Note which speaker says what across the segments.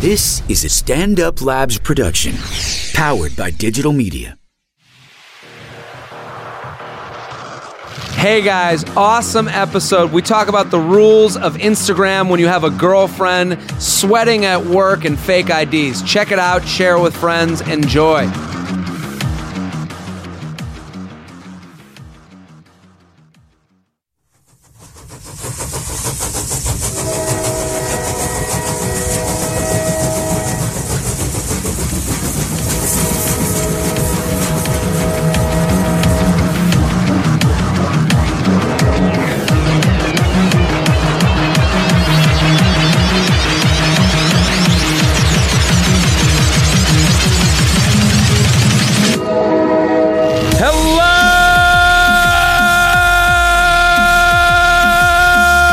Speaker 1: This is a Stand Up Labs production, powered by digital media.
Speaker 2: Hey guys, awesome episode. We talk about the rules of Instagram when you have a girlfriend, sweating at work, and fake IDs. Check it out, share it with friends, enjoy.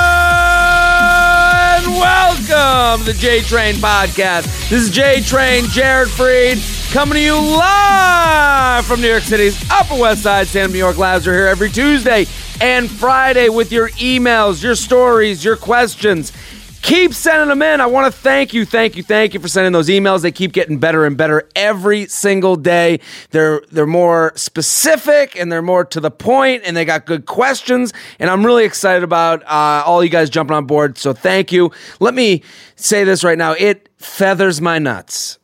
Speaker 2: Hello and welcome to the J Train Podcast. This is J Train, Jared Freed, coming to you live from New York City's Upper West Side. Sam New York Labs are here every Tuesday and Friday with your emails, your stories, your questions. Keep sending them in. I want to thank you, thank you, thank you for sending those emails. They keep getting better and better every single day. They're they're more specific and they're more to the point, and they got good questions. And I'm really excited about uh, all you guys jumping on board. So thank you. Let me say this right now. It feathers my nuts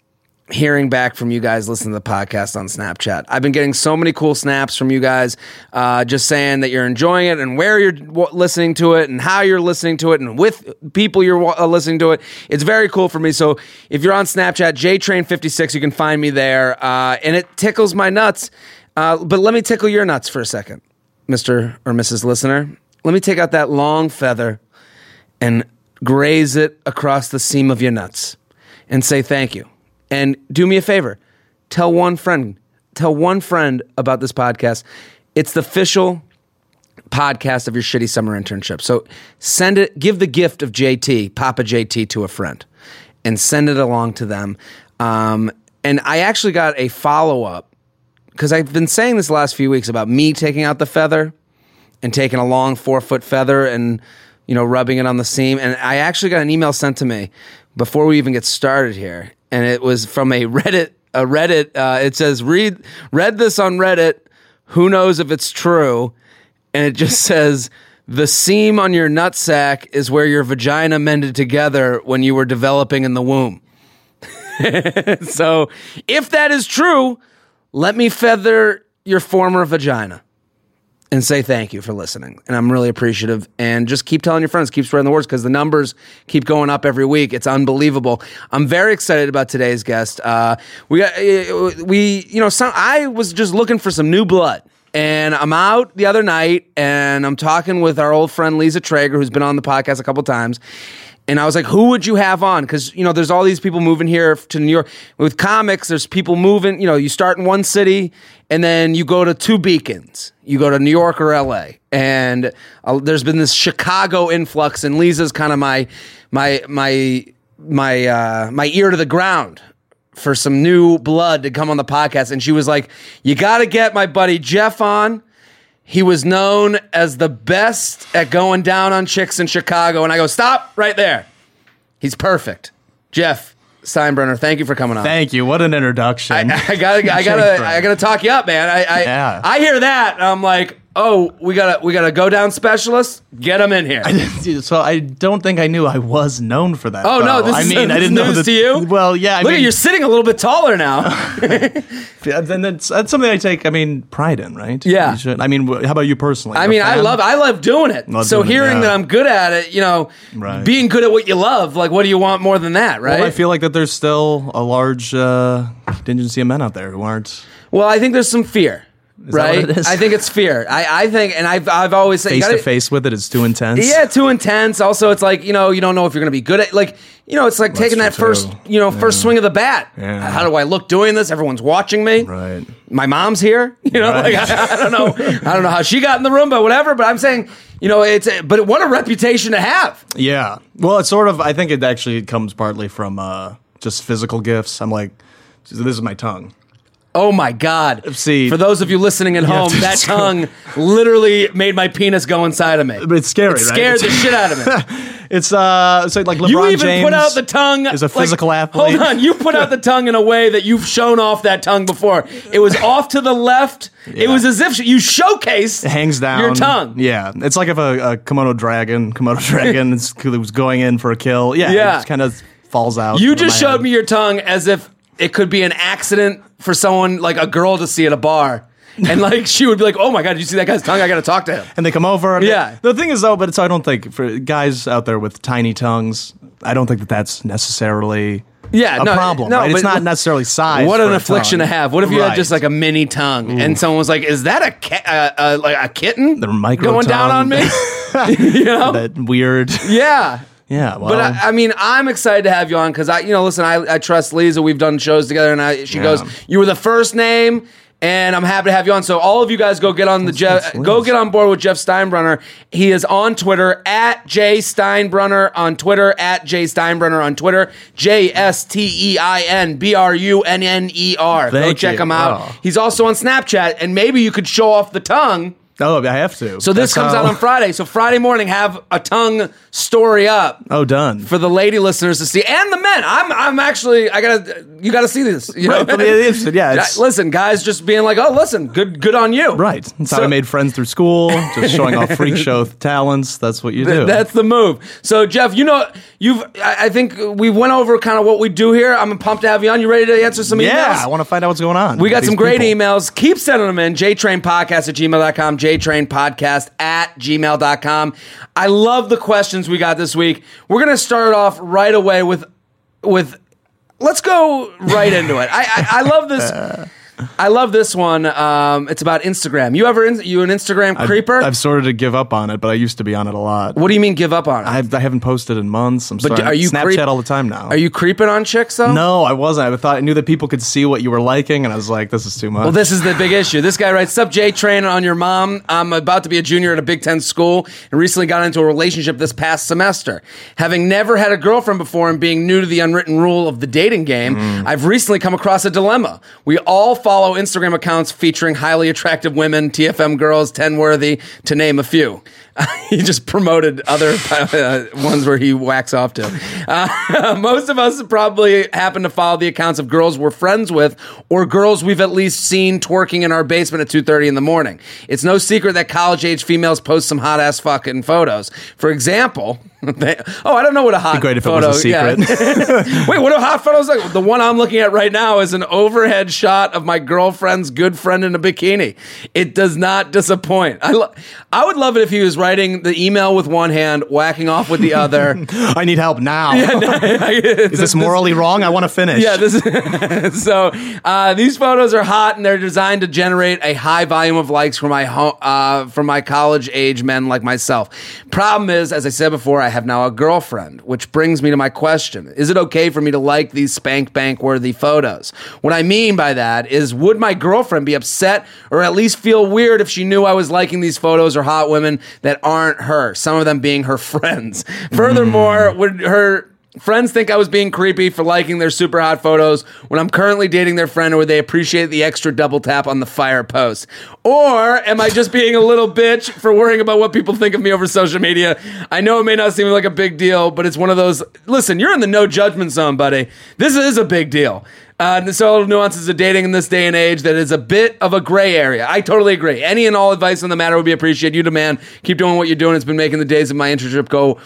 Speaker 2: hearing back from you guys listen to the podcast on snapchat i've been getting so many cool snaps from you guys uh, just saying that you're enjoying it and where you're w- listening to it and how you're listening to it and with people you're wa- uh, listening to it it's very cool for me so if you're on snapchat jtrain56 you can find me there uh, and it tickles my nuts uh, but let me tickle your nuts for a second mr or mrs listener let me take out that long feather and graze it across the seam of your nuts and say thank you. And do me a favor tell one friend, tell one friend about this podcast. It's the official podcast of your shitty summer internship. So send it, give the gift of JT, Papa JT, to a friend and send it along to them. Um, and I actually got a follow up because I've been saying this the last few weeks about me taking out the feather and taking a long four foot feather and you know rubbing it on the seam and i actually got an email sent to me before we even get started here and it was from a reddit a reddit uh, it says read read this on reddit who knows if it's true and it just says the seam on your nutsack is where your vagina mended together when you were developing in the womb so if that is true let me feather your former vagina and say thank you for listening. And I'm really appreciative. And just keep telling your friends, keep spreading the words because the numbers keep going up every week. It's unbelievable. I'm very excited about today's guest. Uh, we got uh, we you know some, I was just looking for some new blood. And I'm out the other night, and I'm talking with our old friend Lisa Traeger, who's been on the podcast a couple times. And I was like, who would you have on? Because, you know, there's all these people moving here to New York. With comics, there's people moving, you know, you start in one city and then you go to two beacons. You go to New York or LA. And uh, there's been this Chicago influx and Lisa's kind of my, my, my, my, uh, my ear to the ground for some new blood to come on the podcast. And she was like, you got to get my buddy Jeff on he was known as the best at going down on chicks in Chicago. And I go, stop right there. He's perfect. Jeff Steinbrenner, thank you for coming on.
Speaker 3: Thank you. What an introduction.
Speaker 2: I gotta, I gotta, I gotta talk you up, man. I, I,
Speaker 3: Yeah.
Speaker 2: I hear that. and I'm like, oh, we gotta, we gotta go down specialist. Get him in here.
Speaker 3: so I don't think I knew I was known for that.
Speaker 2: Oh no!
Speaker 3: though.
Speaker 2: This
Speaker 3: I
Speaker 2: is,
Speaker 3: mean,
Speaker 2: this
Speaker 3: I didn't
Speaker 2: is
Speaker 3: know
Speaker 2: news
Speaker 3: that-
Speaker 2: to you.
Speaker 3: Well, yeah. I
Speaker 2: Look, at
Speaker 3: mean,
Speaker 2: you're sitting a little bit taller now.
Speaker 3: yeah, then that's, that's something I take. I mean, pride in, right?
Speaker 2: Yeah.
Speaker 3: You should- I mean, wh- how about you personally?
Speaker 2: I
Speaker 3: You're a
Speaker 2: mean, I
Speaker 3: fan?
Speaker 2: love, I love doing it.
Speaker 3: Love
Speaker 2: so
Speaker 3: doing it,
Speaker 2: hearing
Speaker 3: yeah.
Speaker 2: that I'm good at it, you know,
Speaker 3: Right.
Speaker 2: being good at what you love, like, what do you want more than that, right?
Speaker 3: Well, I feel like that there's still a large uh, contingency of men out there who aren't.
Speaker 2: Well, I think there's some fear, right?
Speaker 3: what it is?
Speaker 2: I think it's fear. I, I think, and I've I've always said, you
Speaker 3: Face to
Speaker 2: gotta-
Speaker 3: face with it, it's too intense.
Speaker 2: Yeah, too intense. Also, it's like you know you don't know if you're gonna be good at like you know it's like taking
Speaker 3: true,
Speaker 2: that first
Speaker 3: too.
Speaker 2: you know first
Speaker 3: Yeah.
Speaker 2: swing of the bat.
Speaker 3: Yeah.
Speaker 2: How do I look doing this? Everyone's watching me.
Speaker 3: Right.
Speaker 2: My mom's here. You know,
Speaker 3: Right.
Speaker 2: like I, I don't know, I don't know how she got in the room, but whatever. But I'm saying you know it's but what a reputation to have.
Speaker 3: Yeah. Well, it's sort of. I think it actually comes partly from uh, just physical gifts. I'm like, this is my tongue.
Speaker 2: Oh my God!
Speaker 3: See-
Speaker 2: for those of you listening at home,
Speaker 3: to-
Speaker 2: that tongue literally made my penis go inside of me.
Speaker 3: But it's scary.
Speaker 2: It scared
Speaker 3: right?
Speaker 2: the
Speaker 3: It's-
Speaker 2: shit out of me.
Speaker 3: It's uh, so like LeBron
Speaker 2: you even
Speaker 3: James
Speaker 2: put out the tongue
Speaker 3: is a
Speaker 2: like,
Speaker 3: physical athlete.
Speaker 2: Hold on, you put out the tongue in a way that you've shown off that tongue before. It was off to the left. It was as if you showcased
Speaker 3: It hangs down
Speaker 2: your tongue.
Speaker 3: Yeah, it's like if a, a Komodo dragon, Komodo dragon, is- was going in for a kill. Yeah,
Speaker 2: Yeah.
Speaker 3: it just kind of falls out.
Speaker 2: You
Speaker 3: of
Speaker 2: just
Speaker 3: my
Speaker 2: showed
Speaker 3: head.
Speaker 2: me your tongue as if it could be an accident for someone like a girl to see at a bar. And like she would be like, "Oh my god, did you see that guy's tongue? I got to talk to him."
Speaker 3: and they come over. and-
Speaker 2: Yeah.
Speaker 3: the thing is though, but it's I don't think for guys out there with tiny tongues, I don't think that that's necessarily
Speaker 2: Yeah,
Speaker 3: a
Speaker 2: no,
Speaker 3: problem.
Speaker 2: no,
Speaker 3: right? it's
Speaker 2: but-
Speaker 3: not necessarily size.
Speaker 2: What
Speaker 3: for
Speaker 2: an
Speaker 3: a
Speaker 2: affliction
Speaker 3: tongue.
Speaker 2: to have. What if you had
Speaker 3: Right. Mm.
Speaker 2: just like a mini tongue and someone was like, "Is that a ca- uh, uh, like a kitten
Speaker 3: The micro
Speaker 2: going down on
Speaker 3: tongue.
Speaker 2: me?" you know?
Speaker 3: that weird?
Speaker 2: yeah.
Speaker 3: Yeah, well,
Speaker 2: But I, I mean, I'm excited to have you on because I, you know, listen, I, I trust Lisa. We've done shows together, and I, she
Speaker 3: Yeah.
Speaker 2: goes, "You were the first name." And I'm happy to have you on. So all of you guys, go get on the Jeff,
Speaker 3: thanks,
Speaker 2: go
Speaker 3: Liz.
Speaker 2: get on board with Jeff Steinbrenner. He is on Twitter at J Steinbrenner on Twitter at J Steinbrenner on Twitter J S T E I N B R U N N E R. Go
Speaker 3: Thank
Speaker 2: check
Speaker 3: you. Oh.
Speaker 2: him out.
Speaker 3: Wow.
Speaker 2: He's also on Snapchat, and maybe you could show off the tongue.
Speaker 3: oh, I have to.
Speaker 2: So this comes out on Friday. So Friday morning, have a tongue story up
Speaker 3: Oh, done.
Speaker 2: for the lady listeners to see and the men. I'm I'm actually I gotta you gotta see this. You
Speaker 3: Right,
Speaker 2: know?
Speaker 3: but it is- yeah, it's-
Speaker 2: listen, guys, just being like, oh, listen, good good on you.
Speaker 3: Right. That's
Speaker 2: So-
Speaker 3: how I made friends through school, just showing off freak show talents. That's what you do.
Speaker 2: Th- That's the move. So Jeff, you know you've. I I think we went over kind of what we do here. I'm pumped to have you on. You ready to answer some emails?
Speaker 3: yeah, I want to find out what's going on.
Speaker 2: We got
Speaker 3: with
Speaker 2: some
Speaker 3: these
Speaker 2: great
Speaker 3: people.
Speaker 2: emails. Keep sending them in. JTrainPodcast at gmail.com, JTrainPodcast at gmail.com. I love the questions we got this week. We're gonna start off right away with with let's go right into it. I, I, I love this I love this one. Um, it's about Instagram. You ever in, you an Instagram
Speaker 3: I've-
Speaker 2: creeper?
Speaker 3: I've, started to give up on it, but I used to be on it a lot.
Speaker 2: what do you mean give up on it?
Speaker 3: I've, I haven't posted in months. I'm
Speaker 2: But
Speaker 3: starting
Speaker 2: are you
Speaker 3: Snapchat
Speaker 2: creep-
Speaker 3: all the time now.
Speaker 2: Are you creeping on chicks though?
Speaker 3: No, I wasn't. I thought I knew that people could see what you were liking, and I was like, "This is too much."
Speaker 2: Well, this is the big issue. This guy writes, Sup, Jay Train on your mom. I'm about to be a junior at a Big Ten school and recently got into a relationship this past semester. Having never had a girlfriend before and being new to the unwritten rule of the dating game, I've recently come across a dilemma. We all follow Instagram accounts featuring highly attractive women, TFM girls, 10 worthy, to name a few. he just promoted other uh, ones where he whacks off to. Uh, most of us probably happen to follow the accounts of girls we're friends with or girls we've at least seen twerking in our basement at 2.30 in the morning. It's no secret that college-age females post some hot-ass fucking photos. For example, they, oh, I don't know what a hot
Speaker 3: great if it
Speaker 2: photo,
Speaker 3: was a
Speaker 2: yeah. Wait, what are hot photos like? The one I'm looking at right now is an overhead shot of my girlfriend's good friend in a bikini. It does not disappoint. I lo- I would love it if he was writing the email with one hand, whacking off with the other.
Speaker 3: I need help now.
Speaker 2: is
Speaker 3: is this morally wrong? I want to finish.
Speaker 2: yeah, this is, so uh, these photos are hot and they're designed to generate a high volume of likes for my ho- uh, for my college age men like myself. Problem is, as I said before, I have now a girlfriend, which brings me to my question: Is it okay for me to like these spank bank worthy photos? What I mean by that is, would my girlfriend be upset or at least feel weird if she knew I was liking these photos or hot women that aren't her? Some of them being her friends. Furthermore, would her Friends think I was being creepy for liking their super hot photos when I'm currently dating their friend, or would they appreciate the extra double tap on the fire post? Or am I just being a little bitch for worrying about what people think of me over social media? I know it may not seem like a big deal, but it's one of those. Listen, you're in the no judgment zone, buddy. This is a big deal. Uh, the subtle nuances of dating in this day and age that is a bit of a gray area. I totally agree. Any and all advice on the matter would be appreciated. You demand keep doing what you're doing. It's been making the days of my internship go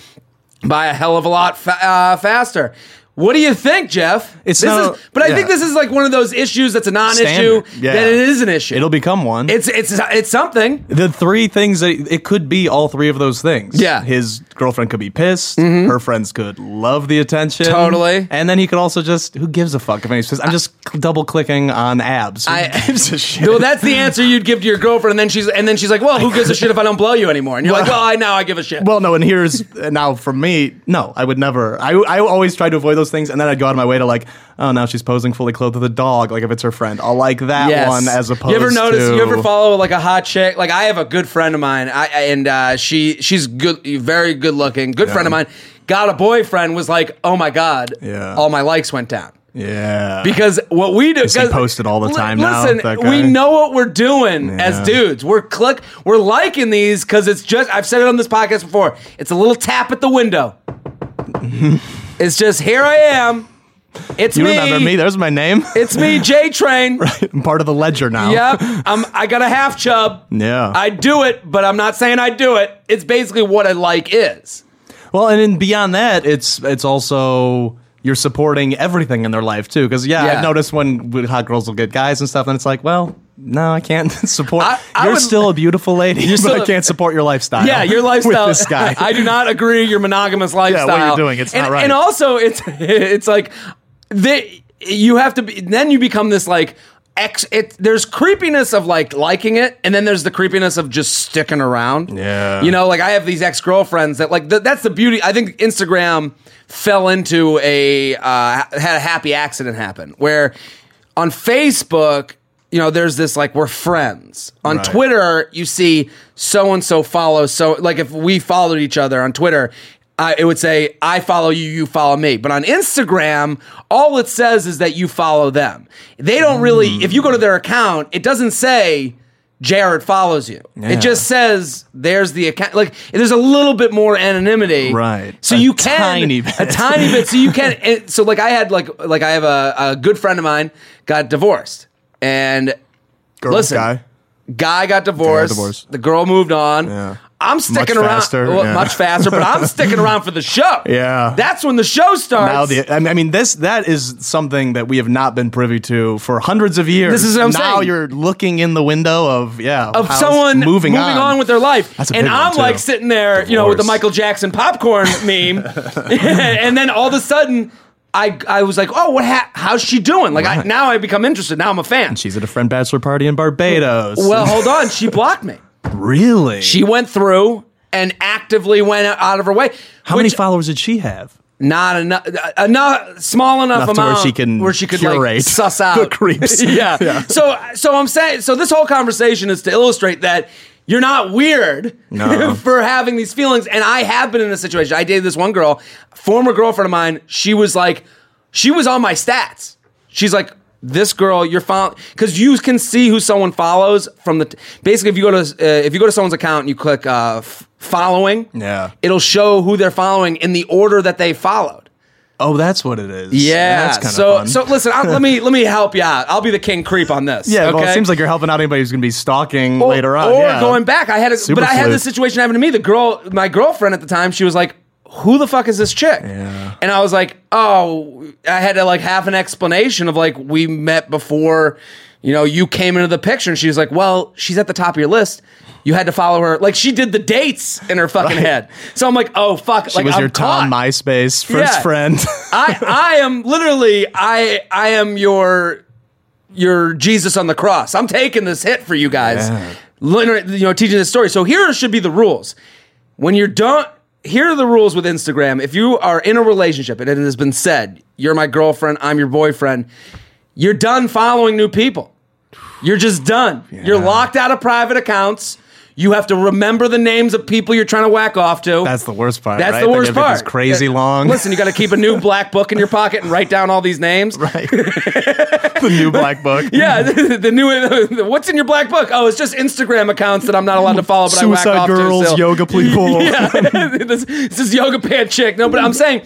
Speaker 2: by a hell of a lot fa- uh, faster. What do you think, Jeff?
Speaker 3: It's
Speaker 2: this
Speaker 3: no-
Speaker 2: is, but I
Speaker 3: yeah.
Speaker 2: think this is like one of those issues that's a non-issue
Speaker 3: Standard. Yeah.
Speaker 2: that it is an issue.
Speaker 3: it'll become one.
Speaker 2: it's it's it's something.
Speaker 3: the three things that it could be all three of those things.
Speaker 2: Yeah. Mm-hmm.
Speaker 3: His girlfriend could be pissed. Her friends could love the attention.
Speaker 2: Totally.
Speaker 3: And then he could also just, who gives a fuck if anyone says, I'm just double clicking on abs. Who
Speaker 2: I-
Speaker 3: gives a shit?
Speaker 2: Well, that's the answer you'd give to your girlfriend, and then she's and then she's like, "Well, who gives a shit if I don't blow you anymore?" And you're like, "Well, I now I give a shit."
Speaker 3: well, no, and here's uh, now for me, no, I would never. I, I always try to avoid those things, and then I'd go out of my way to like, oh, now she's posing fully clothed with a dog. Like if it's her friend, I'll like that
Speaker 2: Yes.
Speaker 3: one as opposed.
Speaker 2: You ever notice?
Speaker 3: To,
Speaker 2: You ever follow like a hot chick? Like I have a good friend of mine, I, I- and uh, she she's good, very good looking, good friend of mine. Got a boyfriend was like, oh my god,
Speaker 3: Yeah.
Speaker 2: all my likes went down.
Speaker 3: Yeah.
Speaker 2: Because what we do,
Speaker 3: he
Speaker 2: 'cause-
Speaker 3: posted all the
Speaker 2: li-
Speaker 3: time now,
Speaker 2: Listen,
Speaker 3: that guy?
Speaker 2: we know what we're doing as
Speaker 3: Yeah.
Speaker 2: dudes. We're click, we're liking these because it's just. I've said it on this podcast before. It's a little tap at the window. it's just here I am. It's
Speaker 3: You
Speaker 2: me.
Speaker 3: remember me? There's my name.
Speaker 2: It's me, J Train.
Speaker 3: I'm part of the ledger now.
Speaker 2: Yep. I'm, I got a half chub.
Speaker 3: Yeah.
Speaker 2: I do it, but I'm not saying I do it. It's basically what I like is.
Speaker 3: Well, and then beyond that, it's it's also you're supporting everything in their life too. Because yeah,
Speaker 2: Yeah.
Speaker 3: I've noticed when we- hot girls will get guys and stuff, and it's like, well, no, I can't support.
Speaker 2: I- I
Speaker 3: you're
Speaker 2: would-
Speaker 3: still a beautiful lady, but
Speaker 2: still-
Speaker 3: I can't support your lifestyle.
Speaker 2: Yeah, your lifestyle.
Speaker 3: with this guy.
Speaker 2: I do not agree your monogamous lifestyle.
Speaker 3: you're doing, it's
Speaker 2: and,
Speaker 3: not right.
Speaker 2: And also, it's it's like they, you have to be. Then you become this like. Ex, it, there's creepiness of like liking it, and then there's the creepiness of just sticking around.
Speaker 3: Yeah.
Speaker 2: you know, like I have these ex girlfriends that like th- that's the beauty. I think Instagram fell into a uh, ha- had a happy accident happen where on Facebook, you know, there's this like we're friends. On
Speaker 3: Right.
Speaker 2: Twitter, you see so and so follows so like if we followed each other on Twitter, uh, it would say I follow you, you follow me. But on Instagram, all it says is that you follow them. They don't really. If you go to their account, it doesn't say. Jared follows you.
Speaker 3: Yeah.
Speaker 2: It just says there's the account. Like there's a little bit more anonymity,
Speaker 3: Right.
Speaker 2: So
Speaker 3: A
Speaker 2: you can
Speaker 3: tiny
Speaker 2: a
Speaker 3: bit.
Speaker 2: tiny bit. So you can. and so like I had like like I have a, a good friend of mine got divorced, and
Speaker 3: Girl,
Speaker 2: listen,
Speaker 3: guy.
Speaker 2: guy got divorced.
Speaker 3: divorced.
Speaker 2: The girl moved on.
Speaker 3: Yeah.
Speaker 2: I'm sticking
Speaker 3: Much
Speaker 2: around
Speaker 3: faster,
Speaker 2: well,
Speaker 3: yeah.
Speaker 2: much faster, but I'm sticking around for the show.
Speaker 3: Yeah.
Speaker 2: that's when the show starts.
Speaker 3: Now the, I mean- I mean, this that is something that we have not been privy to for hundreds of years.
Speaker 2: This is what I'm
Speaker 3: now
Speaker 2: saying.
Speaker 3: you're looking in the window of yeah
Speaker 2: of someone moving, on. with their life.
Speaker 3: That's a
Speaker 2: and
Speaker 3: big one,
Speaker 2: I'm
Speaker 3: too.
Speaker 2: like sitting there, you know, with the
Speaker 3: Divorce.
Speaker 2: Michael Jackson popcorn meme. and then all of a sudden, I, I was like, oh, what? Ha- how's she doing? Like I, now I become interested. Now I'm a fan.
Speaker 3: She's at a friend bachelor party in Barbados.
Speaker 2: well, hold on. She blocked me.
Speaker 3: really?
Speaker 2: She went through and actively went out of her way.
Speaker 3: How many followers did she have?
Speaker 2: not enough, enough, small enough,
Speaker 3: Enough to where
Speaker 2: amount
Speaker 3: she can
Speaker 2: where she could like
Speaker 3: curate
Speaker 2: suss
Speaker 3: the
Speaker 2: out
Speaker 3: creeps.
Speaker 2: yeah.
Speaker 3: Yeah.
Speaker 2: So, so I'm saying, so this whole conversation is to illustrate that you're not weird
Speaker 3: No.
Speaker 2: for having these feelings. And I have been in this situation. I dated this one girl, former girlfriend of mine. She was like, she was on my stats. She's like. This girl, you're following because you can see who someone follows from the. T- Basically, if you go to uh, if you go to someone's account and you click uh, f- following,
Speaker 3: Yeah.
Speaker 2: it'll show who they're following in the order that they followed.
Speaker 3: Oh, that's what it is.
Speaker 2: Yeah.
Speaker 3: that's kind
Speaker 2: so
Speaker 3: of fun.
Speaker 2: so listen, I'll, let me let me help you out. I'll be the king creep on this.
Speaker 3: yeah,
Speaker 2: Okay?
Speaker 3: well, it seems like you're helping out anybody who's going to be stalking
Speaker 2: Or-
Speaker 3: later on.
Speaker 2: Or
Speaker 3: yeah.
Speaker 2: going back, I had a,
Speaker 3: Super
Speaker 2: but I had
Speaker 3: sleuth.
Speaker 2: this situation happen to me. The girl, my girlfriend at the time, she was like, "Who the fuck is this chick?"
Speaker 3: Yeah.
Speaker 2: And I was like, "Oh," I had to like have an explanation of like we met before, you know, you came into the picture, and she was like, "Well, she's at the top of your list." You had to follow her, like she did the dates in her fucking head. So I'm like, oh fuck,
Speaker 3: She
Speaker 2: like
Speaker 3: was
Speaker 2: I'm
Speaker 3: your Tom
Speaker 2: caught.
Speaker 3: MySpace first
Speaker 2: Yeah.
Speaker 3: friend.
Speaker 2: I I am literally I I am your your Jesus on the cross. I'm taking this hit for you guys.
Speaker 3: Yeah.
Speaker 2: Literally, you know, teaching this story. So here should be the rules. When you're done, here are the rules with Instagram. If you are in a relationship and it has been said, you're my girlfriend, I'm your boyfriend, you're done following new people. You're just done. You're locked out of private accounts. You have to remember the names of people you're trying to whack off to.
Speaker 3: that's the worst part.
Speaker 2: That's
Speaker 3: right?
Speaker 2: the
Speaker 3: Like,
Speaker 2: worst part.
Speaker 3: everything's Crazy
Speaker 2: Yeah.
Speaker 3: long.
Speaker 2: Listen, you got to keep a new black book in your pocket and write down all these names.
Speaker 3: right. the new black book.
Speaker 2: Yeah, the new what's in your black book? Oh, it's just Instagram accounts that I'm not allowed to follow. But I whack
Speaker 3: Suicide
Speaker 2: off
Speaker 3: girls,
Speaker 2: to, still.
Speaker 3: yoga people.
Speaker 2: Yeah, this, this is yoga pant chick. No, but I'm saying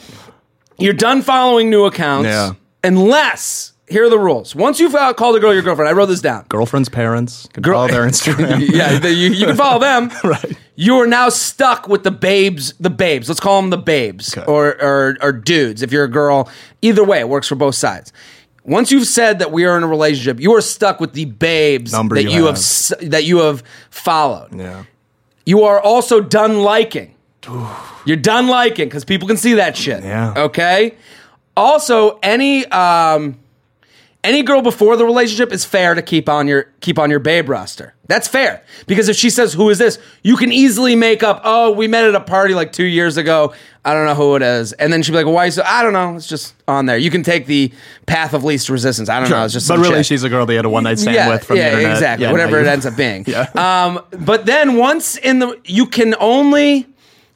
Speaker 2: you're done following new accounts
Speaker 3: Yeah.
Speaker 2: unless here are the rules. Once you've uh, called a girl your girlfriend, I wrote this down.
Speaker 3: Girlfriend's parents can
Speaker 2: Girl-
Speaker 3: follow their Instagram.
Speaker 2: yeah, the, you, you can follow them.
Speaker 3: Right.
Speaker 2: You are now stuck with the babes, the babes. Let's call them the babes
Speaker 3: Okay.
Speaker 2: or, or or dudes. If you're a girl, either way, it works for both sides. Once you've said that we are in a relationship, you are stuck with the babes
Speaker 3: Number
Speaker 2: that
Speaker 3: you
Speaker 2: you, have
Speaker 3: have.
Speaker 2: s- that you have followed.
Speaker 3: Yeah.
Speaker 2: You are also done liking. You're done liking because people can see that shit.
Speaker 3: Yeah.
Speaker 2: Okay. Also, any um, any girl before the relationship is fair to keep on your keep on your babe roster. That's fair because if she says who is this, you can easily make up. Oh, we met at a party like two years ago. I don't know who it is, and then she'd be like, "Why?" So I don't know. It's just on there. You can take the path of least resistance. I don't know. It's just
Speaker 3: but
Speaker 2: some
Speaker 3: really,
Speaker 2: chick.
Speaker 3: she's a girl they had a one night stand with from
Speaker 2: yeah,
Speaker 3: the internet.
Speaker 2: exactly.
Speaker 3: Yeah,
Speaker 2: Whatever
Speaker 3: now
Speaker 2: it
Speaker 3: you-
Speaker 2: ends up being.
Speaker 3: Yeah.
Speaker 2: Um, but then once in the, you can only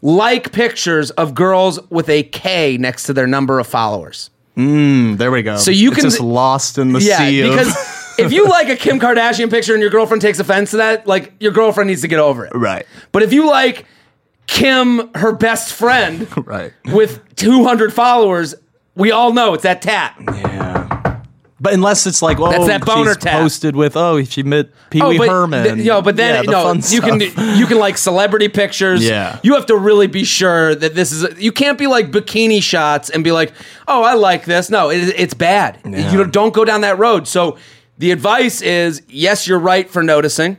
Speaker 2: like pictures of girls with a K next to their number of followers.
Speaker 3: There we go.
Speaker 2: So you
Speaker 3: It's
Speaker 2: can-
Speaker 3: just lost in the
Speaker 2: Yeah,
Speaker 3: sea. of-
Speaker 2: because if you like a Kim Kardashian picture and your girlfriend takes offense to that, like your girlfriend needs to get over it.
Speaker 3: right.
Speaker 2: But if you like Kim, her best friend,
Speaker 3: Right.
Speaker 2: with 200 followers, we all know it's that tat.
Speaker 3: Yeah. But unless it's like, oh,
Speaker 2: That's that boner
Speaker 3: she's
Speaker 2: tap.
Speaker 3: posted with, oh, she met Pee Wee Herman.
Speaker 2: th- yo, but then
Speaker 3: Yeah, the
Speaker 2: no,
Speaker 3: fun
Speaker 2: you
Speaker 3: stuff.
Speaker 2: can you can like celebrity pictures.
Speaker 3: Yeah.
Speaker 2: you have to really be sure that this is. you can't be like bikini shots and be like, oh, I like this. No, it, it's bad.
Speaker 3: Yeah.
Speaker 2: You don't, don't go down that road. So the advice is, yes, you're right for noticing.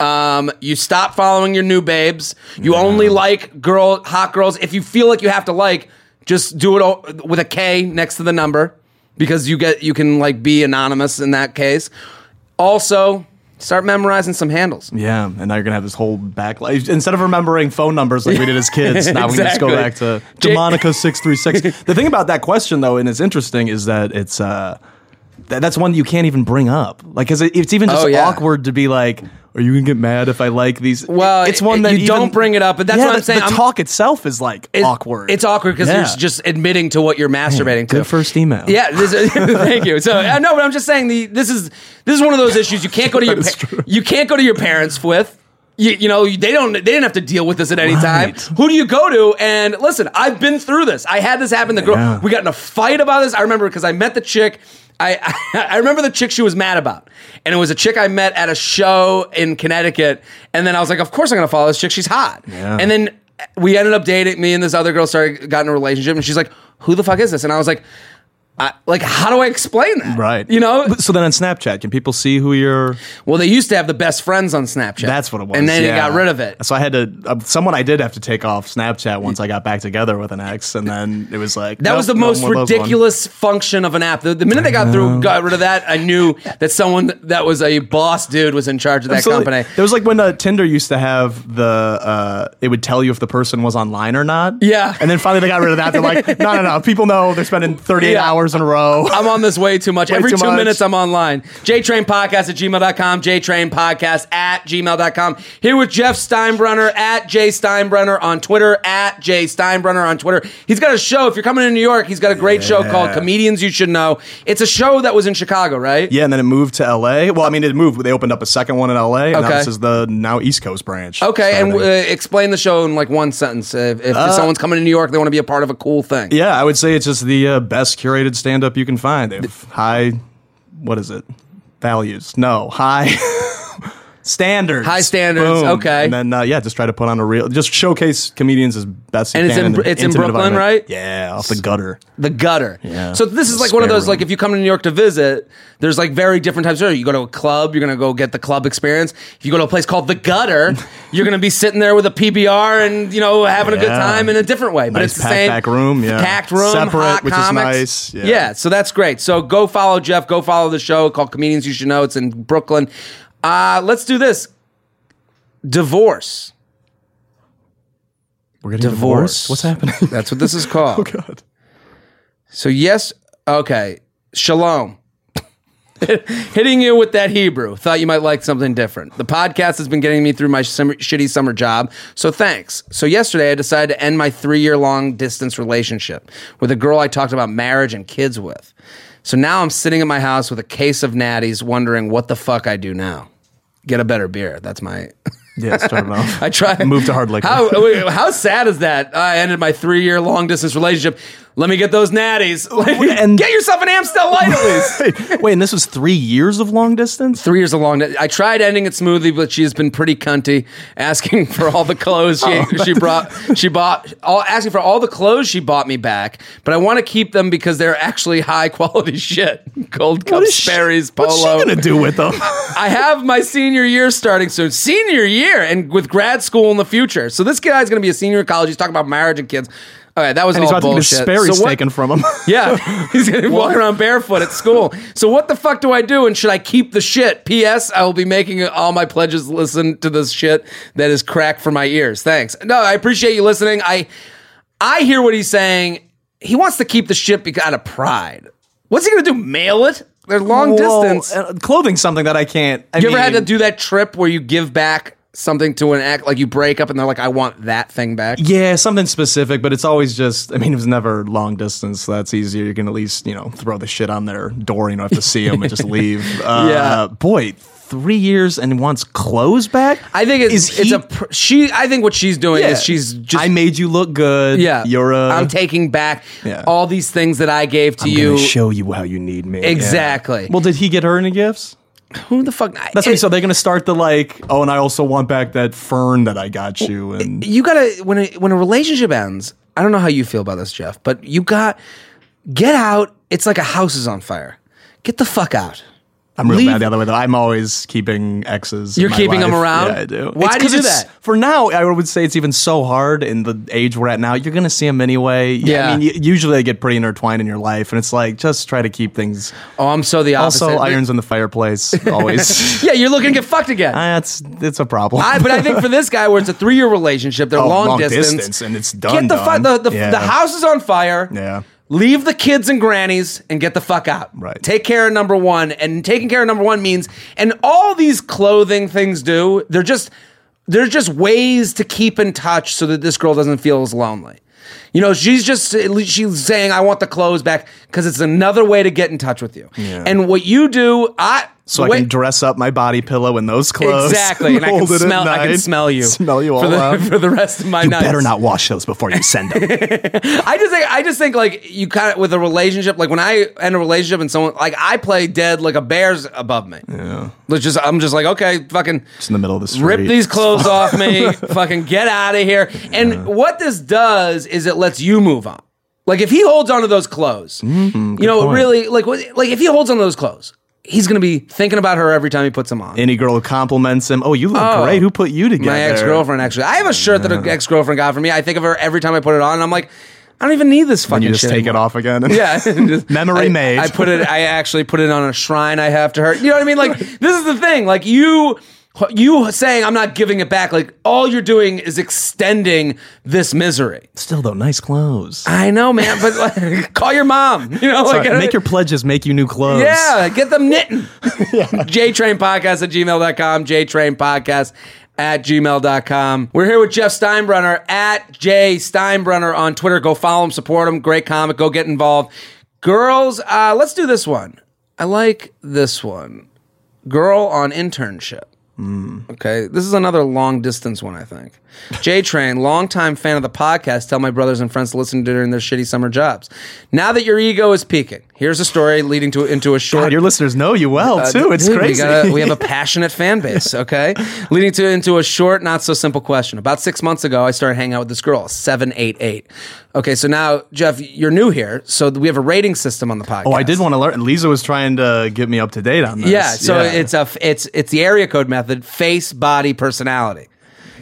Speaker 2: Um, you stop following your new babes. You only like girl hot girls if you feel like you have to like. Just do it all with a K next to the number because you get you can like be anonymous in that case. Also, start memorizing some handles.
Speaker 3: Yeah, and now you're gonna have this whole backlash. Instead of remembering phone numbers like we did as kids, now we can just go
Speaker 2: Exactly.
Speaker 3: back to
Speaker 2: Ja-
Speaker 3: Demonica six three six. The thing about that question though, and it's interesting, is that it's uh, th- that's one you can't even bring up. Like, cause it, it's even just
Speaker 2: Oh, yeah.
Speaker 3: awkward to be like, "Are you gonna get mad if I like these?"
Speaker 2: Well,
Speaker 3: it's one that
Speaker 2: you don't
Speaker 3: even-
Speaker 2: bring it up, but that's
Speaker 3: Yeah,
Speaker 2: what I'm
Speaker 3: the-
Speaker 2: saying.
Speaker 3: The
Speaker 2: I'm-
Speaker 3: talk itself is like
Speaker 2: It-
Speaker 3: awkward.
Speaker 2: It's awkward because
Speaker 3: Yeah.
Speaker 2: you're just admitting to what you're masturbating to.
Speaker 3: good first email.
Speaker 2: Yeah, this is- thank you. So I know, but I'm just saying the this is this is one of those issues you can't go to your
Speaker 3: is
Speaker 2: pa-
Speaker 3: true.
Speaker 2: you can't go to your parents with. You, you know they don't they didn't have to deal with this at any time.
Speaker 3: Right.
Speaker 2: Who do you go to? And listen, I've been through this. I had this happen. The girl
Speaker 3: Yeah.
Speaker 2: we got in a fight about this. I remember because I met the chick. I, I remember the chick she was mad about, and it was a chick I met at a show in Connecticut. And then I was like, of course I'm gonna follow this chick. She's hot.
Speaker 3: Yeah.
Speaker 2: And then we ended up dating. Me and this other girl started got in a relationship, and she's like, "Who the fuck is this?" And I was like, I, "Like, how do I explain that?"
Speaker 3: right.
Speaker 2: You know.
Speaker 3: But- So then on Snapchat, can people see who you're?
Speaker 2: Well, they used to have the best friends on Snapchat.
Speaker 3: That's what it was.
Speaker 2: And then they
Speaker 3: yeah.
Speaker 2: got rid of it.
Speaker 3: So I had to. Uh, someone I did have to take off Snapchat once I got back together with an ex, and then it was like
Speaker 2: That was the
Speaker 3: nope, no
Speaker 2: most
Speaker 3: more of those ones.
Speaker 2: ridiculous function of an app. The, the minute they got through, got rid of that, I knew that someone that was a boss dude was in charge of that
Speaker 3: Absolutely.
Speaker 2: company.
Speaker 3: It was like when uh, Tinder used to have the uh, it would tell you if the person was online or not.
Speaker 2: Yeah.
Speaker 3: and then finally they got rid of that. They're like, no, no, no. People know they're spending 38
Speaker 2: Yeah.
Speaker 3: hours in a row.
Speaker 2: I'm on this way too much.
Speaker 3: Way
Speaker 2: Every
Speaker 3: too
Speaker 2: two
Speaker 3: much.
Speaker 2: minutes, I'm online. JTrainPodcast at gmail.com, JTrainPodcast at gmail.com. Here with Jeff Steinbrenner at J Steinbrenner on Twitter, at J Steinbrenner on Twitter. He's got a show. If you're coming to New York, he's got a great show
Speaker 3: Yeah.
Speaker 2: called Comedians You Should Know. It's a show that was in Chicago, right?
Speaker 3: yeah, and then it moved to LA. Well, I mean, it moved. They opened up a second one in LA, and now
Speaker 2: Okay.
Speaker 3: this is the now East Coast branch.
Speaker 2: Okay, and
Speaker 3: starting.
Speaker 2: uh, explain the show in like one sentence. If, if
Speaker 3: Uh,
Speaker 2: someone's coming to New York, they want to be a part of a cool thing.
Speaker 3: Yeah, I would say it's just the uh, best curated stand up you can find. They have high, what is it? Values. No, high. Standards,
Speaker 2: High standards,
Speaker 3: Boom.
Speaker 2: okay.
Speaker 3: and then uh, yeah, just try to put on a real, just showcase comedians as best. You
Speaker 2: And it's
Speaker 3: can
Speaker 2: in-
Speaker 3: the
Speaker 2: it's in
Speaker 3: intimate
Speaker 2: Brooklyn,
Speaker 3: environment.
Speaker 2: right?
Speaker 3: Yeah, off the gutter.
Speaker 2: The gutter.
Speaker 3: Yeah.
Speaker 2: So this is
Speaker 3: The
Speaker 2: like one of
Speaker 3: spare
Speaker 2: those like
Speaker 3: room.
Speaker 2: if you come to New York to visit, there's like very different types of shows. You go to a club, you're gonna go get the club experience. If you go to a place called the gutter, you're gonna be sitting there with a PBR and you know having a good
Speaker 3: Yeah.
Speaker 2: time in a different way. But
Speaker 3: Nice
Speaker 2: it's the
Speaker 3: packed
Speaker 2: same
Speaker 3: back room, yeah.
Speaker 2: packed room,
Speaker 3: Separate,
Speaker 2: hot
Speaker 3: which is
Speaker 2: comics.
Speaker 3: nice, yeah.
Speaker 2: so that's great. So go follow Jeff. Go follow the show called Comedians You Should Know. It's in Brooklyn. Uh, let's do this. Divorce.
Speaker 3: We're getting
Speaker 2: Divorce.
Speaker 3: divorced. What's happening?
Speaker 2: That's what this is called.
Speaker 3: oh God.
Speaker 2: So yes, okay. Shalom. Hitting you with that Hebrew. Thought you might like something different. The podcast has been getting me through my summer, shitty summer job, so thanks. So, yesterday I decided to end my three year long distance relationship with a girl I talked about marriage and kids with. So now I'm sitting in my house with a case of natties wondering what the fuck I do now. Get a better beer. That's my.
Speaker 3: Yeah, starting off.
Speaker 2: I try
Speaker 3: Move to hard liquor.
Speaker 2: How wait, how sad is that? I ended my three year long distance relationship. Let me get those natties.
Speaker 3: And-
Speaker 2: get yourself an Amstel Light at least.
Speaker 3: Wait, and this was three years of long distance.
Speaker 2: Three years a long. I tried ending it smoothly, but she has been pretty cunty, asking for all the clothes she,
Speaker 3: Oh.
Speaker 2: she brought. She bought all asking for all the clothes she bought me back. But I want to keep them because they're actually high quality shit. Gold cup
Speaker 3: she-
Speaker 2: Sperry's polo.
Speaker 3: What's she gonna do with them?
Speaker 2: I have my senior year starting soon. Senior year and with grad school in the future. So this guy's going to be a senior in college. He's talking about marriage and kids. Okay, that was
Speaker 3: and he's
Speaker 2: all
Speaker 3: about to get his
Speaker 2: Oh, bullshit.
Speaker 3: Sperry's
Speaker 2: so what,
Speaker 3: taken from him.
Speaker 2: yeah, he's going to walk around barefoot at school. So what the fuck do I do? And should I keep the shit? P.S. I will be making all my pledges listen to this shit that is crack for my ears. Thanks. No, I appreciate you listening. I I hear what he's saying. He wants to keep the shit because out of pride. What's he going to do? Mail it? They're long
Speaker 3: Well,
Speaker 2: distance.
Speaker 3: uh, clothing's something that I can't. I
Speaker 2: You ever had to
Speaker 3: mean-
Speaker 2: do that trip where you give back something to an act, like you break up and they're like, I want that thing back?
Speaker 3: Yeah, something specific, but it's always just. I mean, it was never long distance, so that's easier. You can at least you know throw the shit on their door. You don't have to see them and just leave. Uh,
Speaker 2: Yeah.
Speaker 3: boy, three years and wants clothes back.
Speaker 2: I think it's,
Speaker 3: Is
Speaker 2: it's
Speaker 3: he-
Speaker 2: a pr- she. I think what she's doing
Speaker 3: Yeah.
Speaker 2: is she's just
Speaker 3: I made you look good.
Speaker 2: yeah.
Speaker 3: you're a.
Speaker 2: I'm taking back
Speaker 3: Yeah.
Speaker 2: all these things that I gave to
Speaker 3: I'm
Speaker 2: you.
Speaker 3: gonna show you how you need me.
Speaker 2: Exactly.
Speaker 3: Yeah. Well, did he get her any gifts?
Speaker 2: Who the fuck?
Speaker 3: That's
Speaker 2: it-
Speaker 3: what he- so they're gonna start the like. Oh, and I also want back that fern that I got you. And
Speaker 2: you gotta when a, when a relationship ends. I don't know how you feel about this, Jeff, but you got get out. It's like a house is on fire. Get the fuck out.
Speaker 3: I'm real
Speaker 2: leave-
Speaker 3: bad the other way though. I'm always keeping exes. in
Speaker 2: You're
Speaker 3: my
Speaker 2: keeping
Speaker 3: life.
Speaker 2: them around?
Speaker 3: Yeah, I do.
Speaker 2: Why
Speaker 3: It's
Speaker 2: do
Speaker 3: 'cause
Speaker 2: you do
Speaker 3: it's-
Speaker 2: that?
Speaker 3: For now, I would say it's even so hard in the age we're at now. You're gonna see them anyway.
Speaker 2: Yeah.
Speaker 3: I mean, y- usually they get pretty intertwined in your life, and it's like just try to keep things.
Speaker 2: Oh, I'm so the opposite.
Speaker 3: Also, irons in the fireplace always.
Speaker 2: Yeah, you're looking to get fucked again. I,
Speaker 3: That's it's a problem.
Speaker 2: but I think for this guy, where it's a three year relationship, they're
Speaker 3: Oh,
Speaker 2: long, distance.
Speaker 3: and it's done.
Speaker 2: Get the fuck.
Speaker 3: done.
Speaker 2: The, the, the
Speaker 3: Yeah.
Speaker 2: house is on fire.
Speaker 3: Yeah.
Speaker 2: Leave the kids and grannies and get the fuck out.
Speaker 3: Right.
Speaker 2: Take care of number one. And taking care of number one means, and all these clothing things do, they're just, they're just ways to keep in touch so that this girl doesn't feel as lonely. You know, she's just, she's saying, I want the clothes back because it's another way to get in touch with you.
Speaker 3: Yeah.
Speaker 2: And what you do, I,
Speaker 3: So
Speaker 2: the
Speaker 3: I
Speaker 2: way-
Speaker 3: can dress up my body pillow in those clothes.
Speaker 2: Exactly, and I can
Speaker 3: hold it at
Speaker 2: smell. I can
Speaker 3: night,
Speaker 2: smell you.
Speaker 3: Smell you all
Speaker 2: for the,
Speaker 3: out.
Speaker 2: for the rest of my
Speaker 3: You
Speaker 2: nights.
Speaker 3: better not wash those before you send them.
Speaker 2: I just think I just think like you kind of with a relationship. Like when I end a relationship and someone like I play dead like a bear's above me. Yeah, let's just I'm just like okay, fucking
Speaker 3: It's in the middle of the street.
Speaker 2: rip these clothes off me, fucking get out of here. And what this does is it lets you move on. Like if he holds onto those clothes, you know,
Speaker 3: Mm-hmm. point.
Speaker 2: really like what, like if he holds onto those clothes, he's gonna be thinking about her every time he puts them on.
Speaker 3: Any girl who compliments him. Oh, you look great. Who put you together?
Speaker 2: My ex girlfriend, actually. I have a shirt that an ex girlfriend got for me. I think of her every time I put it on, and I'm like, I don't even need this fucking
Speaker 3: You just
Speaker 2: shit.
Speaker 3: take it off again.
Speaker 2: Yeah. Just-
Speaker 3: Memory
Speaker 2: I,
Speaker 3: made.
Speaker 2: I put it, I actually put it on a shrine I have to her. You know what I mean? Like, this is the thing. Like, you. You saying I'm not giving it back, like all you're doing is extending this misery.
Speaker 3: Still though, nice clothes.
Speaker 2: I know, man, but like, call your mom. You know, like
Speaker 3: Sorry, make your pledges make you new clothes.
Speaker 2: yeah, get them knitting. JTrain Podcast at gmail.com. JTrain Podcast at gmail.com. We're here with Jeff Steinbrenner at J Steinbrenner on Twitter. Go follow him, support him. Great comic. Go get involved. Girls, uh, let's do this one. I like this one. Girl on internship. Okay, this is another long distance one, I think. J Train, longtime fan of the podcast, tell my brothers and friends to listen during their shitty summer jobs. Now that your ego is peaking, here's a story leading to into a short.
Speaker 3: God, your listeners know you well too. It's
Speaker 2: Uh, Dude,
Speaker 3: crazy.
Speaker 2: We, gotta- we have a passionate fan base, okay? Leading to into a short, not so simple question. About six months ago, I started hanging out with this girl, seven eight eight. Okay, so now Jeff, you're new here, so we have a rating system on the podcast.
Speaker 3: oh, I did want to learn. Lisa was trying to get me up to date on this.
Speaker 2: Yeah, so it's a f- it's it's the area code method: face, body, personality.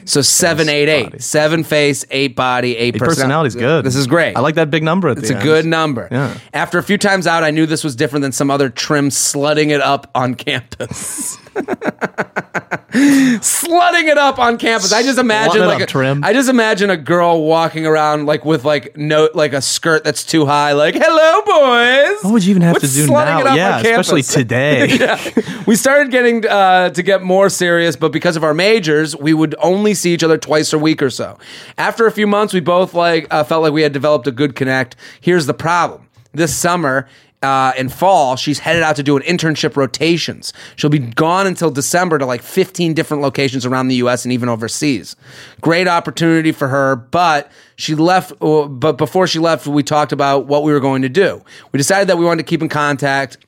Speaker 2: So seven, eight, eight,
Speaker 3: body.
Speaker 2: seven face, eight body, eight,
Speaker 3: Your
Speaker 2: persona-
Speaker 3: personality's good.
Speaker 2: This is great.
Speaker 3: I like that big number at
Speaker 2: It's
Speaker 3: the
Speaker 2: a
Speaker 3: end.
Speaker 2: good number.
Speaker 3: Yeah.
Speaker 2: After a few times out, I knew this was different than some other trim slutting it up on campus. slutting it up on campus. I just imagine
Speaker 3: Slutting it
Speaker 2: like
Speaker 3: up,
Speaker 2: a,
Speaker 3: trim.
Speaker 2: I just imagine a girl walking around like with like no like a skirt that's too high. Like, hello, boys.
Speaker 3: What would you even have
Speaker 2: What's
Speaker 3: to do
Speaker 2: slutting it
Speaker 3: now?
Speaker 2: up
Speaker 3: Yeah,
Speaker 2: on
Speaker 3: especially
Speaker 2: campus?
Speaker 3: today.
Speaker 2: Yeah. We started getting uh, to get more serious, but because of our majors, we would only see each other twice a week or so. After a few months, we both like uh, felt like we had developed a good connect. Here's the problem: this summer. Uh, in fall, she's headed out to do an internship rotations. She'll be gone until December to like 15 different locations around the U.S. and even overseas. Great opportunity for her, but she left. uh, But before she left, we talked about what we were going to do. We decided that we wanted to keep in contact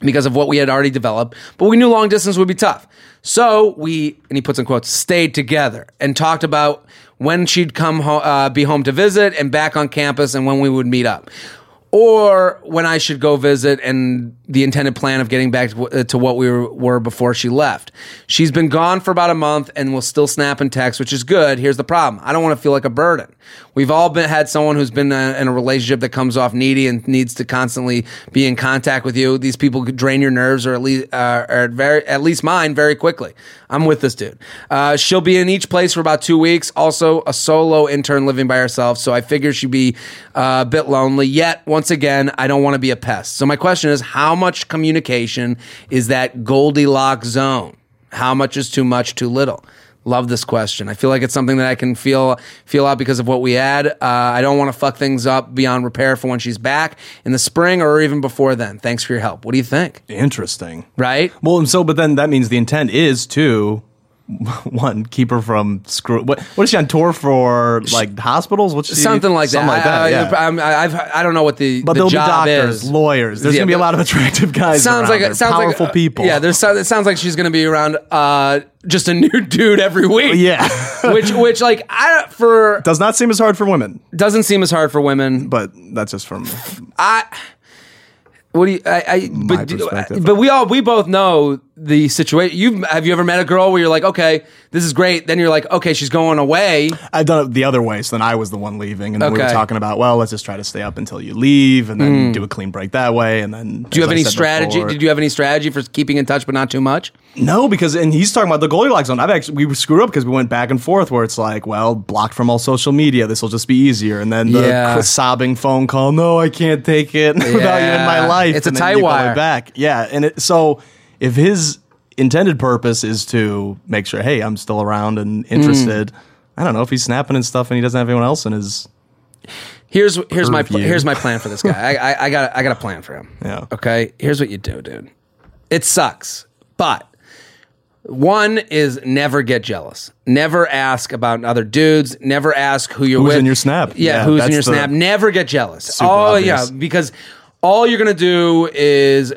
Speaker 2: because of what we had already developed, but we knew long distance would be tough. So we, and he puts in quotes, stayed together and talked about when she'd come ho- uh, be home to visit and back on campus and when we would meet up. Or when I should go visit, and the intended plan of getting back to, uh, to what we were, were before she left. She's been gone for about a month and will still snap and text, which is good. Here's the problem: I don't want to feel like a burden. We've all been had someone who's been uh, in a relationship that comes off needy and needs to constantly be in contact with you. These people could drain your nerves, or at least, uh, or at very, at least mine, very quickly. I'm with this dude. Uh, she'll be in each place for about two weeks. Also, a solo intern living by herself, so I figure she'd be uh, a bit lonely. Yet, once again, I don't want to be a pest. So my question is, how much communication is that Goldilocks zone? How much is too much, too little? Love this question. I feel like it's something that I can feel feel out because of what we had. Uh, I don't want to fuck things up beyond repair for when she's back in the spring or even before then. Thanks for your help. What do you think?
Speaker 3: Interesting.
Speaker 2: Right?
Speaker 3: Well, and so, but then that means the intent is to one keep her from screw. What what is she on tour for? Like hospitals? What's she,
Speaker 2: Something like that.
Speaker 3: Something like that.
Speaker 2: I,
Speaker 3: yeah.
Speaker 2: I, I'm- I, I've, I don't know what the
Speaker 3: but
Speaker 2: the
Speaker 3: there'll be
Speaker 2: job
Speaker 3: doctors,
Speaker 2: is.
Speaker 3: lawyers. There's
Speaker 2: Yeah,
Speaker 3: gonna be a
Speaker 2: but-
Speaker 3: lot of attractive guys.
Speaker 2: sounds
Speaker 3: around
Speaker 2: like
Speaker 3: there,
Speaker 2: it sounds
Speaker 3: powerful
Speaker 2: like,
Speaker 3: people.
Speaker 2: Yeah, there's so- it sounds like she's gonna be around uh, just a new dude every week.
Speaker 3: yeah.
Speaker 2: which which like I don't- for
Speaker 3: Does not seem as hard for women,
Speaker 2: doesn't seem as hard for women.
Speaker 3: but that's just from.
Speaker 2: I what do you I, I but do-
Speaker 3: perspective.
Speaker 2: but we all we both know the situation. You have you ever met a girl where you're like, okay, this is great. Then you're like, okay, she's going away.
Speaker 3: I've done it the other way, so then I was the one leaving, and then we were
Speaker 2: Okay. Hmm.
Speaker 3: talking about, well, let's just try to stay up until you leave, and then do a clean break that way, and then.
Speaker 2: Do you have any strategy? Did you have any strategy for keeping in touch but not too much?
Speaker 3: No, because and he's talking about the Goldilocks zone. I've actually we screwed up because we went back and forth where it's like, well, blocked from all social media. This will just be easier. And then the
Speaker 2: Yeah.
Speaker 3: cr- sobbing phone call. No, I can't take it without you in my
Speaker 2: Yeah.
Speaker 3: life.
Speaker 2: It's a
Speaker 3: and then
Speaker 2: tie
Speaker 3: you call
Speaker 2: wire.
Speaker 3: it back. Yeah, and it, so if his intended purpose is to make sure, hey, I'm still around and
Speaker 2: Hmm.
Speaker 3: interested. I don't know if he's snapping and stuff, and he doesn't have anyone else in his.
Speaker 2: Here's here's my
Speaker 3: Purview.
Speaker 2: here's my plan for this guy. I, I I got I got a plan for him.
Speaker 3: Yeah.
Speaker 2: Okay. Here's what you do, dude. It sucks, but one is never get jealous. Never ask about other dudes. Never ask who you're
Speaker 3: Who's
Speaker 2: with.
Speaker 3: in your snap.
Speaker 2: Yeah,
Speaker 3: Yeah,
Speaker 2: who's in
Speaker 3: that's
Speaker 2: your
Speaker 3: the-
Speaker 2: snap. Never get jealous. Oh
Speaker 3: Super obvious.
Speaker 2: yeah, because all you're gonna do is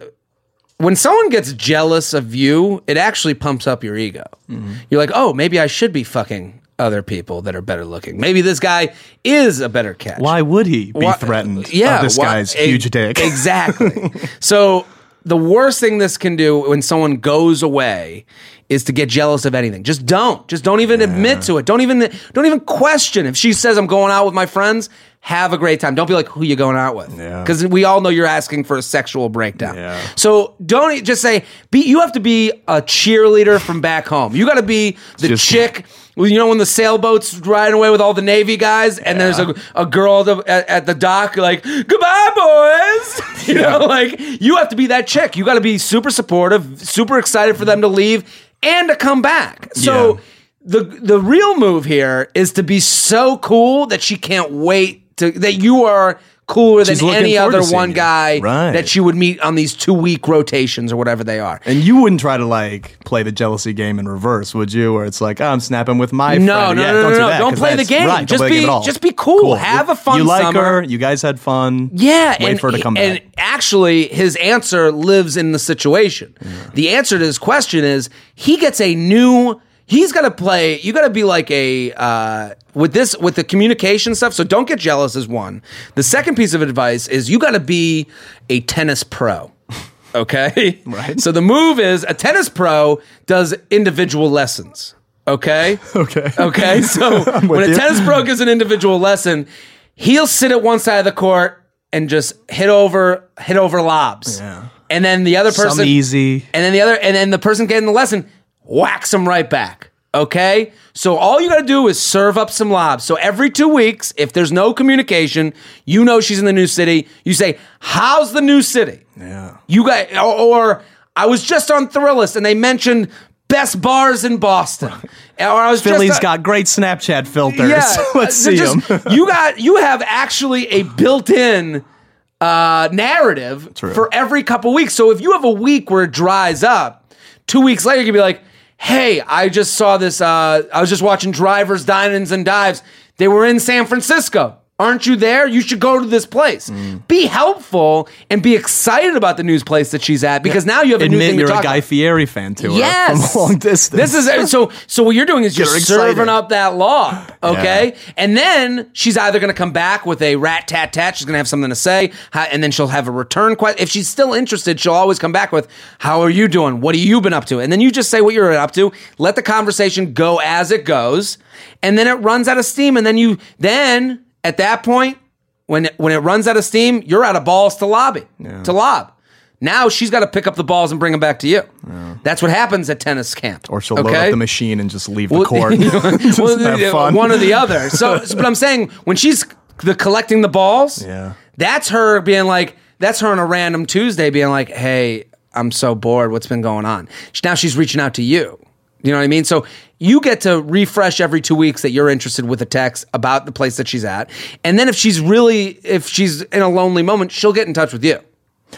Speaker 2: when someone gets jealous of you, it actually pumps up your ego.
Speaker 3: Mm-hmm.
Speaker 2: You're like, oh, maybe I should be fucking other people that are better looking. Maybe this guy is a better catch.
Speaker 3: Why would he be
Speaker 2: Why-
Speaker 3: threatened?
Speaker 2: Yeah,
Speaker 3: of this
Speaker 2: why-
Speaker 3: guy's
Speaker 2: e-
Speaker 3: huge dick.
Speaker 2: Exactly. so the worst thing this can do when someone goes away is to get jealous of anything. Just don't. Just don't even admit to it. Don't even don't even question. If she says I'm going out with my friends, have a great time. Don't be like who you going out with.
Speaker 3: Yeah.
Speaker 2: Cuz we all know you're asking for a sexual breakdown.
Speaker 3: Yeah.
Speaker 2: So don't e- just say be you have to be a cheerleader from back home. You got to be the
Speaker 3: Just-
Speaker 2: chick well, you know when the sailboats riding away with all the Navy guys, and there's a, a girl at the, at, at the dock like, "Goodbye, boys." You know, like you have to be that chick. You got to be super supportive, super excited for them to leave and to come back. So
Speaker 3: Yeah.
Speaker 2: the the real move here is to be so cool that she can't wait to that you are cooler
Speaker 3: She's
Speaker 2: than
Speaker 3: looking
Speaker 2: any
Speaker 3: forward
Speaker 2: other
Speaker 3: to seeing
Speaker 2: one
Speaker 3: you.
Speaker 2: guy
Speaker 3: Right.
Speaker 2: that you would meet on these two week rotations or whatever they are.
Speaker 3: And you wouldn't try to like play the jealousy game in reverse, would you? Where it's like, oh, I'm snapping with my
Speaker 2: No,
Speaker 3: friend.
Speaker 2: no,
Speaker 3: yeah,
Speaker 2: no,
Speaker 3: don't
Speaker 2: no,
Speaker 3: do
Speaker 2: no.
Speaker 3: that,
Speaker 2: Don't
Speaker 3: 'cause
Speaker 2: play the
Speaker 3: that's-
Speaker 2: game.
Speaker 3: Right,
Speaker 2: Just
Speaker 3: don't play the game
Speaker 2: be-
Speaker 3: at all.
Speaker 2: just be cool. Have
Speaker 3: You-
Speaker 2: a fun
Speaker 3: You like
Speaker 2: summer.
Speaker 3: her. You guys had fun.
Speaker 2: Yeah,
Speaker 3: Wait for her to come
Speaker 2: and
Speaker 3: back.
Speaker 2: actually, his answer lives in the situation. The answer to his question is he gets a new. He's got to play. You got to be like a uh, with this with the communication stuff. So don't get jealous. Is one. The second piece of advice is you got to be a tennis pro. Okay.
Speaker 3: Right.
Speaker 2: So the move is a tennis pro does individual lessons. Okay.
Speaker 3: Okay.
Speaker 2: Okay. So
Speaker 3: I'm with
Speaker 2: when a
Speaker 3: you.
Speaker 2: tennis pro gives an individual lesson, he'll sit at one side of the court and just hit over hit over lobs.
Speaker 3: Yeah.
Speaker 2: And then the other
Speaker 3: Some
Speaker 2: person
Speaker 3: easy.
Speaker 2: and then the other and then the person getting the lesson whacks them right back. Okay? So all you got to do is serve up some lobs. So every 2 weeks, if there's no communication, you know she's in the new city, you say, "How's the new city?"
Speaker 3: Yeah.
Speaker 2: You got or, or I was just on Thrillist and they mentioned best bars in Boston. Or I was
Speaker 3: Philly's
Speaker 2: just on-
Speaker 3: got great Snapchat filters. Let's
Speaker 2: uh,
Speaker 3: see
Speaker 2: just-
Speaker 3: him.
Speaker 2: you got you have actually a built-in uh, narrative
Speaker 3: True.
Speaker 2: for every couple weeks. So if you have a week where it dries up, two weeks later you can be like, "Hey, I just saw this. Uh, I was just watching Drivers, Dinings, and Dives. They were in San Francisco." Aren't you there? You should go to this place.
Speaker 3: Mm.
Speaker 2: Be helpful and be excited about the news place that she's at because now you have a new
Speaker 3: Admit
Speaker 2: thing to
Speaker 3: you're a
Speaker 2: talk
Speaker 3: Guy
Speaker 2: about.
Speaker 3: Fieri fan to her
Speaker 2: Yes,
Speaker 3: from a long distance.
Speaker 2: This is so. So what you're doing is you're
Speaker 3: her
Speaker 2: serving
Speaker 3: excited.
Speaker 2: up that law, okay? And then she's either going to come back with a rat tat tat. She's going to have something to say, ha- and then she'll have a return question. If she's still interested, she'll always come back with, "How are you doing? What have you been up to?" And then you just say what you're up to. Let the conversation go as it goes, and then it runs out of steam. And then you then at that point when it, when it runs out of steam, you're out of balls to lobby to lob. Now she's got to pick up the balls and bring them back to you. That's what happens at tennis camp.
Speaker 3: or she'll load up the machine and just leave the
Speaker 2: Well,
Speaker 3: court. Just
Speaker 2: well,
Speaker 3: have fun.
Speaker 2: One or the other. So, so- but I'm saying when she's the collecting the balls,
Speaker 3: Yeah.
Speaker 2: that's her being like, that's her on a random Tuesday being like, hey, I'm so bored. What's been going on? Now she's reaching out to you. You know what I mean? So you get to refresh every two weeks that you're interested with a text about the place that she's at. And then if she's really, if she's in a lonely moment, she'll get in touch with you.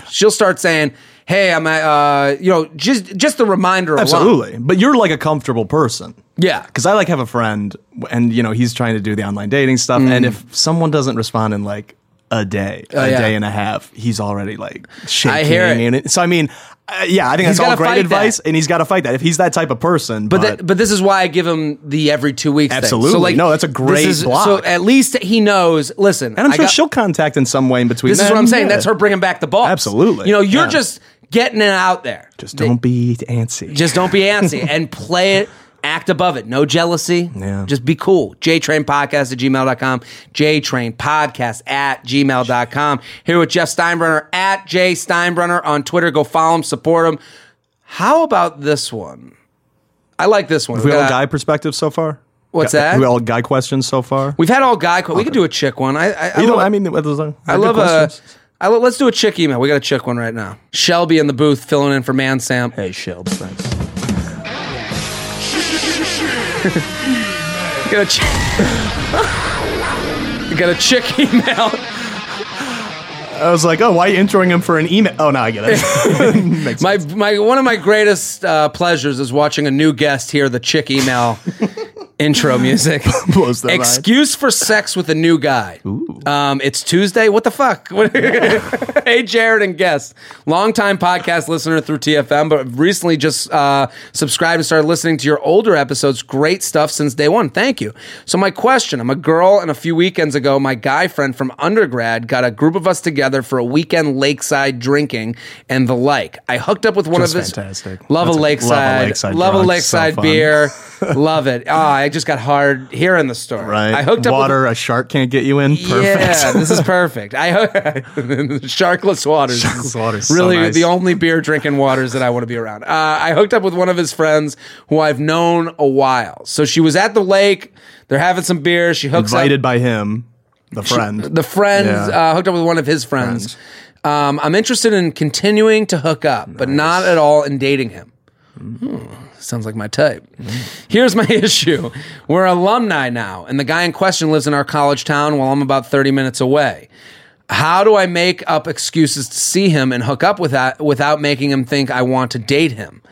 Speaker 2: She'll start saying, "Hey, I'm at," uh, you know, just just the reminder. alone.
Speaker 3: Absolutely. But you're like a comfortable person.
Speaker 2: Yeah.
Speaker 3: Because I like have a friend and, you know, he's trying to do the online dating stuff. And if someone doesn't respond in like a day, a
Speaker 2: Mm. Oh, yeah.
Speaker 3: day and a half, he's already like shaking.
Speaker 2: hear it.
Speaker 3: And so, I mean, uh, yeah, I think
Speaker 2: He's
Speaker 3: that's all
Speaker 2: gotta
Speaker 3: great
Speaker 2: fight
Speaker 3: advice.
Speaker 2: that.
Speaker 3: And he's got to fight that if he's that type of person. But,
Speaker 2: But, that, but this is why I give him the every two weeks. thing. So
Speaker 3: Absolutely.
Speaker 2: like,
Speaker 3: No, that's a great
Speaker 2: this is-
Speaker 3: block.
Speaker 2: So at least he knows. Listen,
Speaker 3: and I'm
Speaker 2: I
Speaker 3: sure
Speaker 2: got-
Speaker 3: she'll contact in some way in between.
Speaker 2: This is
Speaker 3: then,
Speaker 2: what I'm saying.
Speaker 3: yeah.
Speaker 2: That's her bringing back the ball.
Speaker 3: Absolutely.
Speaker 2: You know, you're
Speaker 3: Yeah.
Speaker 2: just getting it out there.
Speaker 3: Just don't be antsy.
Speaker 2: Just don't be antsy and play it. Act above it. No jealousy.
Speaker 3: Yeah.
Speaker 2: Just be cool. JTrainPodcast at gmail.com. JTrainPodcast at gmail.com. Here with Jeff Steinbrenner at J Steinbrenner on Twitter. Go follow him, support him. How about this one? I like this one.
Speaker 3: Have we all
Speaker 2: got-
Speaker 3: guy perspective so far?
Speaker 2: uh, What's
Speaker 3: Guy-
Speaker 2: that?
Speaker 3: have We all guy questions so far?
Speaker 2: We've had all guy. que- We could do a chick one. I I, I,
Speaker 3: you know,
Speaker 2: love,
Speaker 3: I mean, those are-
Speaker 2: I
Speaker 3: they're good
Speaker 2: love uh, a.
Speaker 3: questions.
Speaker 2: I lo- let's do a chick email. We got a chick one right now. Shelby in the booth filling in for Man Sam.
Speaker 3: Hey, Shelby, thanks.
Speaker 2: Got a chick. got a chick email.
Speaker 3: I was like, oh, why are you introing him for an email? Oh, no, I get it. Makes
Speaker 2: My
Speaker 3: sense.
Speaker 2: my one of my greatest uh, pleasures is watching a new guest hear the chick email intro music.
Speaker 3: Blows their mind.
Speaker 2: Excuse for sex with a new guy. Um, it's Tuesday. What the fuck? What- hey, Jared and guest, longtime podcast listener through TFM, but recently just uh, subscribed and started listening to your older episodes. Great stuff since day one. Thank you. So, my question I'm a girl, and a few weekends ago, my guy friend from undergrad got a group of us together for a weekend lakeside drinking and the like. I hooked up with one
Speaker 3: Just
Speaker 2: of his.
Speaker 3: fantastic.
Speaker 2: Love,
Speaker 3: That's
Speaker 2: a
Speaker 3: a-
Speaker 2: lakeside,
Speaker 3: love
Speaker 2: Love a
Speaker 3: a lakeside drunk. So
Speaker 2: lakeside
Speaker 3: fun.
Speaker 2: beer. love it. Oh, I just got hard hearing the story.
Speaker 3: Right.
Speaker 2: I hooked up with-
Speaker 3: Water, a shark can't get you in. Perfect.
Speaker 2: yeah, this is perfect. I sharkless waters.
Speaker 3: Sharkless waters, so
Speaker 2: Really,
Speaker 3: nice.
Speaker 2: the only beer drinking waters that I want to be around. Uh, I hooked up with one of his friends who I've known a while. So she was at the lake. They're having some beer. She hooks
Speaker 3: Invited
Speaker 2: up
Speaker 3: by him, the friend.
Speaker 2: the friends.
Speaker 3: Yeah.
Speaker 2: Uh, hooked up with one of his friends. Um, I'm interested in continuing to hook up, but not at all in dating him. Hmm, Sounds like my type. Here's my issue. We're alumni now, and the guy in question lives in our college town while I'm about 30 minutes away. How do I make up excuses to see him and hook up with that without making him think I want to date him?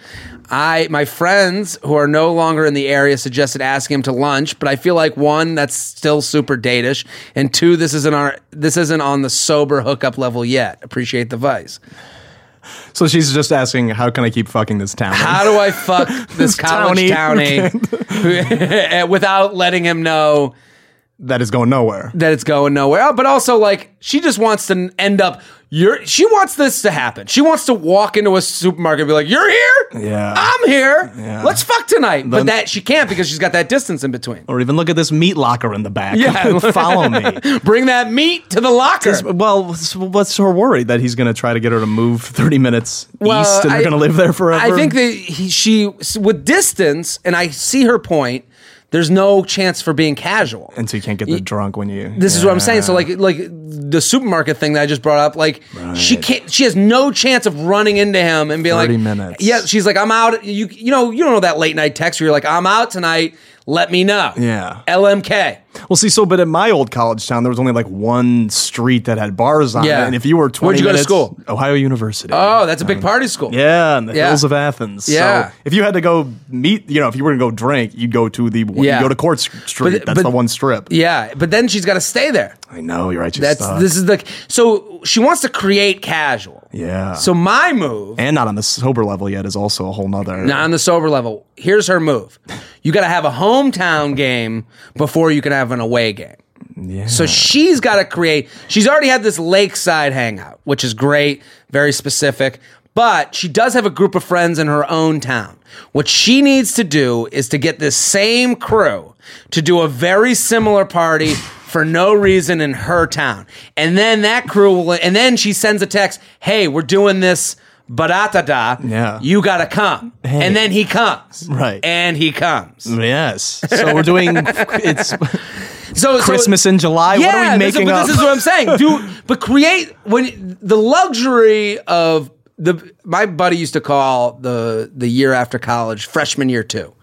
Speaker 2: I my friends who are no longer in the area suggested asking him to lunch, but I feel like one that's still super datish, and two this isn't our this isn't on the sober hookup level yet. Appreciate the vice.
Speaker 3: so she's just asking, how can I keep fucking this town?
Speaker 2: How do I fuck this college
Speaker 3: Townie.
Speaker 2: townie, who- without letting him know
Speaker 3: that is going nowhere.
Speaker 2: that it's going nowhere? Oh, But also, like, she just wants to end up. You're. She wants this to happen. She wants to walk into a supermarket and be like, "You're here.
Speaker 3: Yeah.
Speaker 2: I'm here.
Speaker 3: Yeah.
Speaker 2: Let's fuck tonight." but
Speaker 3: Then-
Speaker 2: that she can't because she's got that distance in between.
Speaker 3: or even look at this meat locker in the back.
Speaker 2: Yeah.
Speaker 3: Follow me.
Speaker 2: Bring that meat to the locker.
Speaker 3: Well, what's- what's her worry that he's going to try to get her to move 30 minutes east and
Speaker 2: I-
Speaker 3: they're going to live there forever?
Speaker 2: I think that he, she, with distance, and I see her point. There's no chance for being casual.
Speaker 3: And so you can't get the drunk when you.
Speaker 2: This is what I'm saying. So
Speaker 3: Yeah.
Speaker 2: like like the supermarket thing that I just brought up, like she can't she has no chance of running into him and being
Speaker 3: 30
Speaker 2: like
Speaker 3: minutes.
Speaker 2: Yeah, she's like, I'm out you you know, you don't know that late night text where you're like, I'm out tonight, let me know.
Speaker 3: Yeah.
Speaker 2: LMK.
Speaker 3: Well, see, so but in my old college town, there was only like one street that had bars on
Speaker 2: Yeah.
Speaker 3: it, and if you were
Speaker 2: Where'd
Speaker 3: twenty,
Speaker 2: you go to
Speaker 3: minutes-
Speaker 2: school?
Speaker 3: Ohio University.
Speaker 2: Oh, that's a big party school.
Speaker 3: yeah, in the
Speaker 2: Yeah.
Speaker 3: hills of Athens.
Speaker 2: Yeah.
Speaker 3: So if you had to go meet, you know, if you were gonna go drink, you'd go to the one
Speaker 2: Yeah.
Speaker 3: you go to Court S- Street.
Speaker 2: But-
Speaker 3: That's
Speaker 2: but-
Speaker 3: the one strip.
Speaker 2: Yeah. But then she's gotta stay there.
Speaker 3: I know you're right. You're
Speaker 2: That's
Speaker 3: stuck.
Speaker 2: this is the so she wants to create casual.
Speaker 3: Yeah.
Speaker 2: So my move
Speaker 3: and not on the sober level yet is also a whole nother.
Speaker 2: Now on the sober level, here's her move. You got to have a hometown game before you can have an away game. So she's got to create. She's already had this lakeside hangout, which is great, very specific. But she does have a group of friends in her own town. What she needs to do is to get this same crew to do a very similar party for no reason in her town. And then that crew will, and then she sends a text, hey, we're doing this, da.
Speaker 3: Yeah.
Speaker 2: You gotta come. And then he comes.
Speaker 3: Right.
Speaker 2: And he comes.
Speaker 3: Yes. So we're doing it's
Speaker 2: So so-
Speaker 3: Christmas in July. what are we
Speaker 2: this is-
Speaker 3: making
Speaker 2: but
Speaker 3: up?
Speaker 2: This is what I'm saying. Do but create when the luxury of the my buddy used to call the the year after college freshman year two.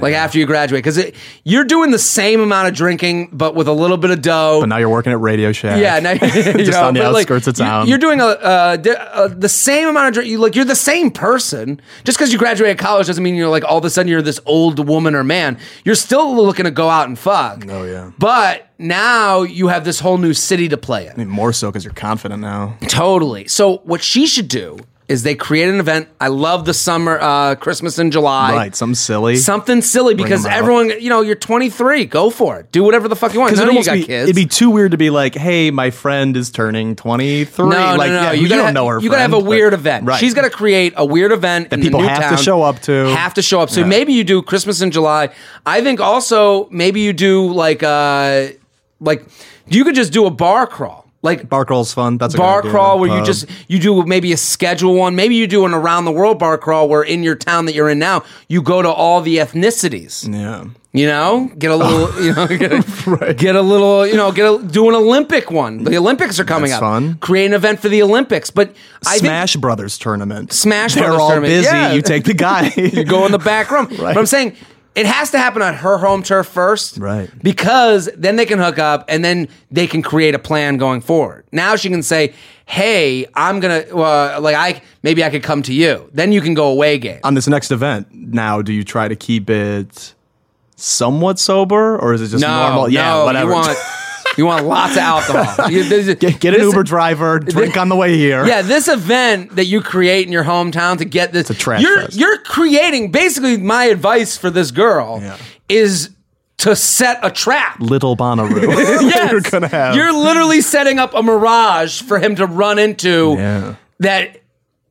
Speaker 2: like after you graduate, because you're doing the same amount of drinking, but with a little bit of dough.
Speaker 3: But now you're working at Radio Shack.
Speaker 2: Yeah, now, you
Speaker 3: Just
Speaker 2: know,
Speaker 3: on the
Speaker 2: but, like,
Speaker 3: outskirts of
Speaker 2: you-
Speaker 3: town.
Speaker 2: You're doing a, uh, di- uh, the same amount of drink. You like you're the same person. Just because you graduated college doesn't mean you're like all of a sudden you're this old woman or man. You're still looking to go out and fuck.
Speaker 3: Oh, yeah.
Speaker 2: But now you have this whole new city to play in.
Speaker 3: Even more so because you're confident now.
Speaker 2: Totally. So what she should do is they create an event. I love the summer uh, Christmas in July.
Speaker 3: right. Something silly.
Speaker 2: Something silly because
Speaker 3: 'em out.
Speaker 2: everyone, you know, you're 23. Go for it. Do whatever the fuck you want.
Speaker 3: Because
Speaker 2: None
Speaker 3: it
Speaker 2: of you
Speaker 3: almost
Speaker 2: got
Speaker 3: be,
Speaker 2: kids.
Speaker 3: it'd be too weird to be like, hey, my friend is turning 23.
Speaker 2: No, no,
Speaker 3: like,
Speaker 2: no.
Speaker 3: yeah,
Speaker 2: you, gotta,
Speaker 3: don't know her.
Speaker 2: You gotta have a
Speaker 3: friend, but-
Speaker 2: weird event.
Speaker 3: Right.
Speaker 2: She's gotta create a weird event that in
Speaker 3: people
Speaker 2: the new
Speaker 3: have to
Speaker 2: town,
Speaker 3: show up to.
Speaker 2: Have to show up. So maybe you do Christmas in July. I think also maybe you do like uh like you could just do a bar crawl. Like
Speaker 3: Bar crawl's fun. That's a
Speaker 2: bar
Speaker 3: good idea.
Speaker 2: crawl where you
Speaker 3: Pub.
Speaker 2: just you do maybe a schedule one maybe you do an around the world bar crawl where in your town that you're in now you go to all the ethnicities
Speaker 3: yeah.
Speaker 2: you know get a little you know get a, get a little you know get a do an olympic one the olympics are coming
Speaker 3: That's
Speaker 2: up
Speaker 3: fun.
Speaker 2: create an event for the olympics but i think
Speaker 3: Smash Brothers tournament.
Speaker 2: Smash
Speaker 3: They're
Speaker 2: Brothers
Speaker 3: all
Speaker 2: tournament,
Speaker 3: busy.
Speaker 2: yeah.
Speaker 3: You take the guy.
Speaker 2: you go in the back room
Speaker 3: Right.
Speaker 2: but i'm saying it has to happen on her home turf first
Speaker 3: Right.
Speaker 2: because then they can hook up and then they can create a plan going forward. Now she can say, "Hey, I'm gonna uh, like I maybe I could come to you." Then you can go away game.
Speaker 3: on this next event. Now, do you try to keep it somewhat sober, or is it just
Speaker 2: no,
Speaker 3: normal? yeah,
Speaker 2: no,
Speaker 3: whatever.
Speaker 2: You want you want lots of alcohol. You- this is-
Speaker 3: get, get an
Speaker 2: this-
Speaker 3: Uber driver. Drink on the way here.
Speaker 2: Yeah, this event that you create in your hometown to get this
Speaker 3: a trash
Speaker 2: you're
Speaker 3: fest.
Speaker 2: you're creating basically my advice for this girl
Speaker 3: Yeah.
Speaker 2: is to set a trap.
Speaker 3: Little Bonnaroo.
Speaker 2: yes.
Speaker 3: you're gonna have.
Speaker 2: You're literally setting up a mirage for him to run into
Speaker 3: Yeah.
Speaker 2: that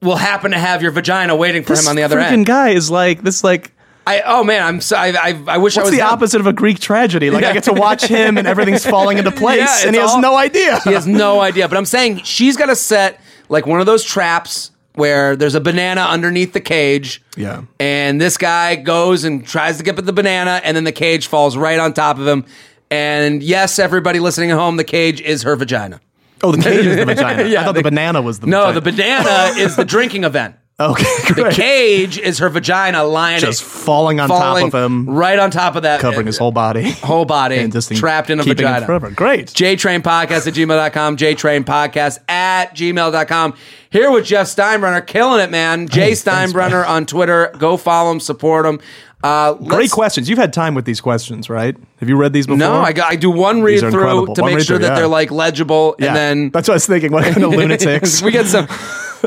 Speaker 2: will happen to have your vagina waiting for him on the other
Speaker 3: freaking
Speaker 2: end.
Speaker 3: guy is like this. Like,
Speaker 2: I oh man, I'm so I I, I wish I
Speaker 3: what's
Speaker 2: was
Speaker 3: the
Speaker 2: them.
Speaker 3: opposite of a Greek tragedy? Like,
Speaker 2: Yeah.
Speaker 3: I get to watch him, and everything's falling into place,
Speaker 2: Yeah,
Speaker 3: and he
Speaker 2: it's
Speaker 3: has
Speaker 2: all-
Speaker 3: no idea.
Speaker 2: He has no idea. But I'm saying she's got to set like one of those traps where there's a banana underneath the cage.
Speaker 3: Yeah.
Speaker 2: And this guy goes and tries to get at the banana, and then the cage falls right on top of him. And yes, everybody listening at home, the cage is her vagina.
Speaker 3: Oh, the cage is the vagina. I thought the banana was the
Speaker 2: No,
Speaker 3: vagina.
Speaker 2: the banana is the drinking event.
Speaker 3: Okay,
Speaker 2: The
Speaker 3: great.
Speaker 2: cage is her vagina lying
Speaker 3: Just falling on
Speaker 2: falling
Speaker 3: top of him,
Speaker 2: right on top of that,
Speaker 3: covering his whole body.
Speaker 2: whole body,
Speaker 3: And this thing
Speaker 2: trapped in a
Speaker 3: keeping him
Speaker 2: vagina.
Speaker 3: forever. Great.
Speaker 2: JTrain Podcast at gmail.com, JTrain Podcast at gmail.com. Here with Jeff Steinbrenner, killing it, man. Jay
Speaker 3: thanks,
Speaker 2: Steinbrenner on Twitter. Go follow him, support him. Uh,
Speaker 3: Great
Speaker 2: let's-
Speaker 3: questions. You've had time with these questions, right? Have you read these before?
Speaker 2: No, I, got- I do one read
Speaker 3: These are
Speaker 2: through
Speaker 3: incredible.
Speaker 2: to
Speaker 3: One
Speaker 2: make
Speaker 3: read
Speaker 2: sure
Speaker 3: through,
Speaker 2: that
Speaker 3: yeah.
Speaker 2: they're like legible,
Speaker 3: Yeah.
Speaker 2: and then
Speaker 3: that's what I was thinking. What kind of lunatics?
Speaker 2: we got some.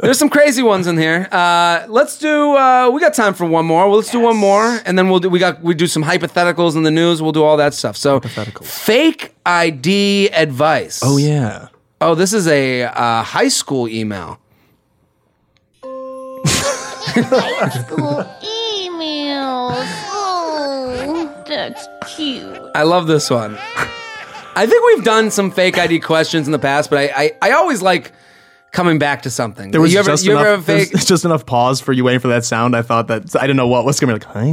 Speaker 2: There's some crazy ones in here. Uh, let's do. Uh, we got time for one more. Well, let's do one more, and then we'll do. We got. We do some hypotheticals in the news. We'll do all that stuff. So, fake ID advice.
Speaker 3: oh yeah.
Speaker 2: Oh, this is a uh, high school email.
Speaker 4: school emails. Oh, that's cute.
Speaker 2: I love this one. I think we've done some fake ID questions in the past, but I I, I always like coming back to something.
Speaker 3: There was
Speaker 2: you ever,
Speaker 3: just
Speaker 2: you
Speaker 3: enough.
Speaker 2: ever have
Speaker 3: there's-
Speaker 2: fake?
Speaker 3: there's just enough pause for you waiting for that sound. I thought that I didn't know what was going to be like high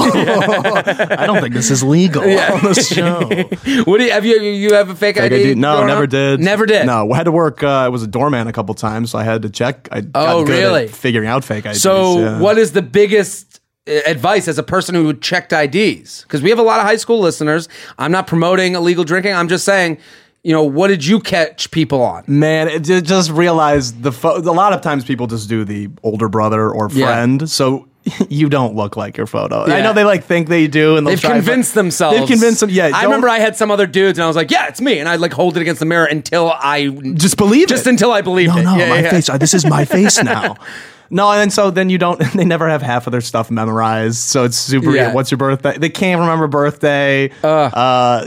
Speaker 3: I don't think this is legal on this show.
Speaker 2: What do you, have you you have a fake,
Speaker 3: Like I
Speaker 2: ID?
Speaker 3: did- no,
Speaker 2: growing
Speaker 3: never
Speaker 2: up?
Speaker 3: did.
Speaker 2: Never did.
Speaker 3: No, I had to work. Uh, I was a doorman a couple times, so I had to check. I
Speaker 2: Oh,
Speaker 3: got good
Speaker 2: really?
Speaker 3: At figuring out fake IDs.
Speaker 2: So,
Speaker 3: yeah.
Speaker 2: what is the biggest uh, advice as a person who checked IDs? Because we have a lot of high school listeners. I'm not promoting illegal drinking. I'm just saying, you know, what did you catch people on?
Speaker 3: Man, it ju- just realized the pho- a lot of times people just do the older brother or
Speaker 2: Yeah.
Speaker 3: friend, so you don't look like your photo. I
Speaker 2: Yeah.
Speaker 3: know they like think they do, and they'll
Speaker 2: They've
Speaker 3: try, but-
Speaker 2: convinced themselves.
Speaker 3: They've convinced them. Yeah,
Speaker 2: I
Speaker 3: don't-
Speaker 2: remember I had some other dudes, and I was like, "Yeah, it's me," and I'd like hold it against the mirror until I
Speaker 3: just believe
Speaker 2: just
Speaker 3: it.
Speaker 2: until I believed
Speaker 3: no,
Speaker 2: it.
Speaker 3: no,
Speaker 2: Yeah,
Speaker 3: my
Speaker 2: yeah.
Speaker 3: face. I- This is my face now. No, and then so then you don't. They never have half of their stuff memorized, so it's super.
Speaker 2: Yeah.
Speaker 3: What's your birthday? They can't remember birthday. Uh,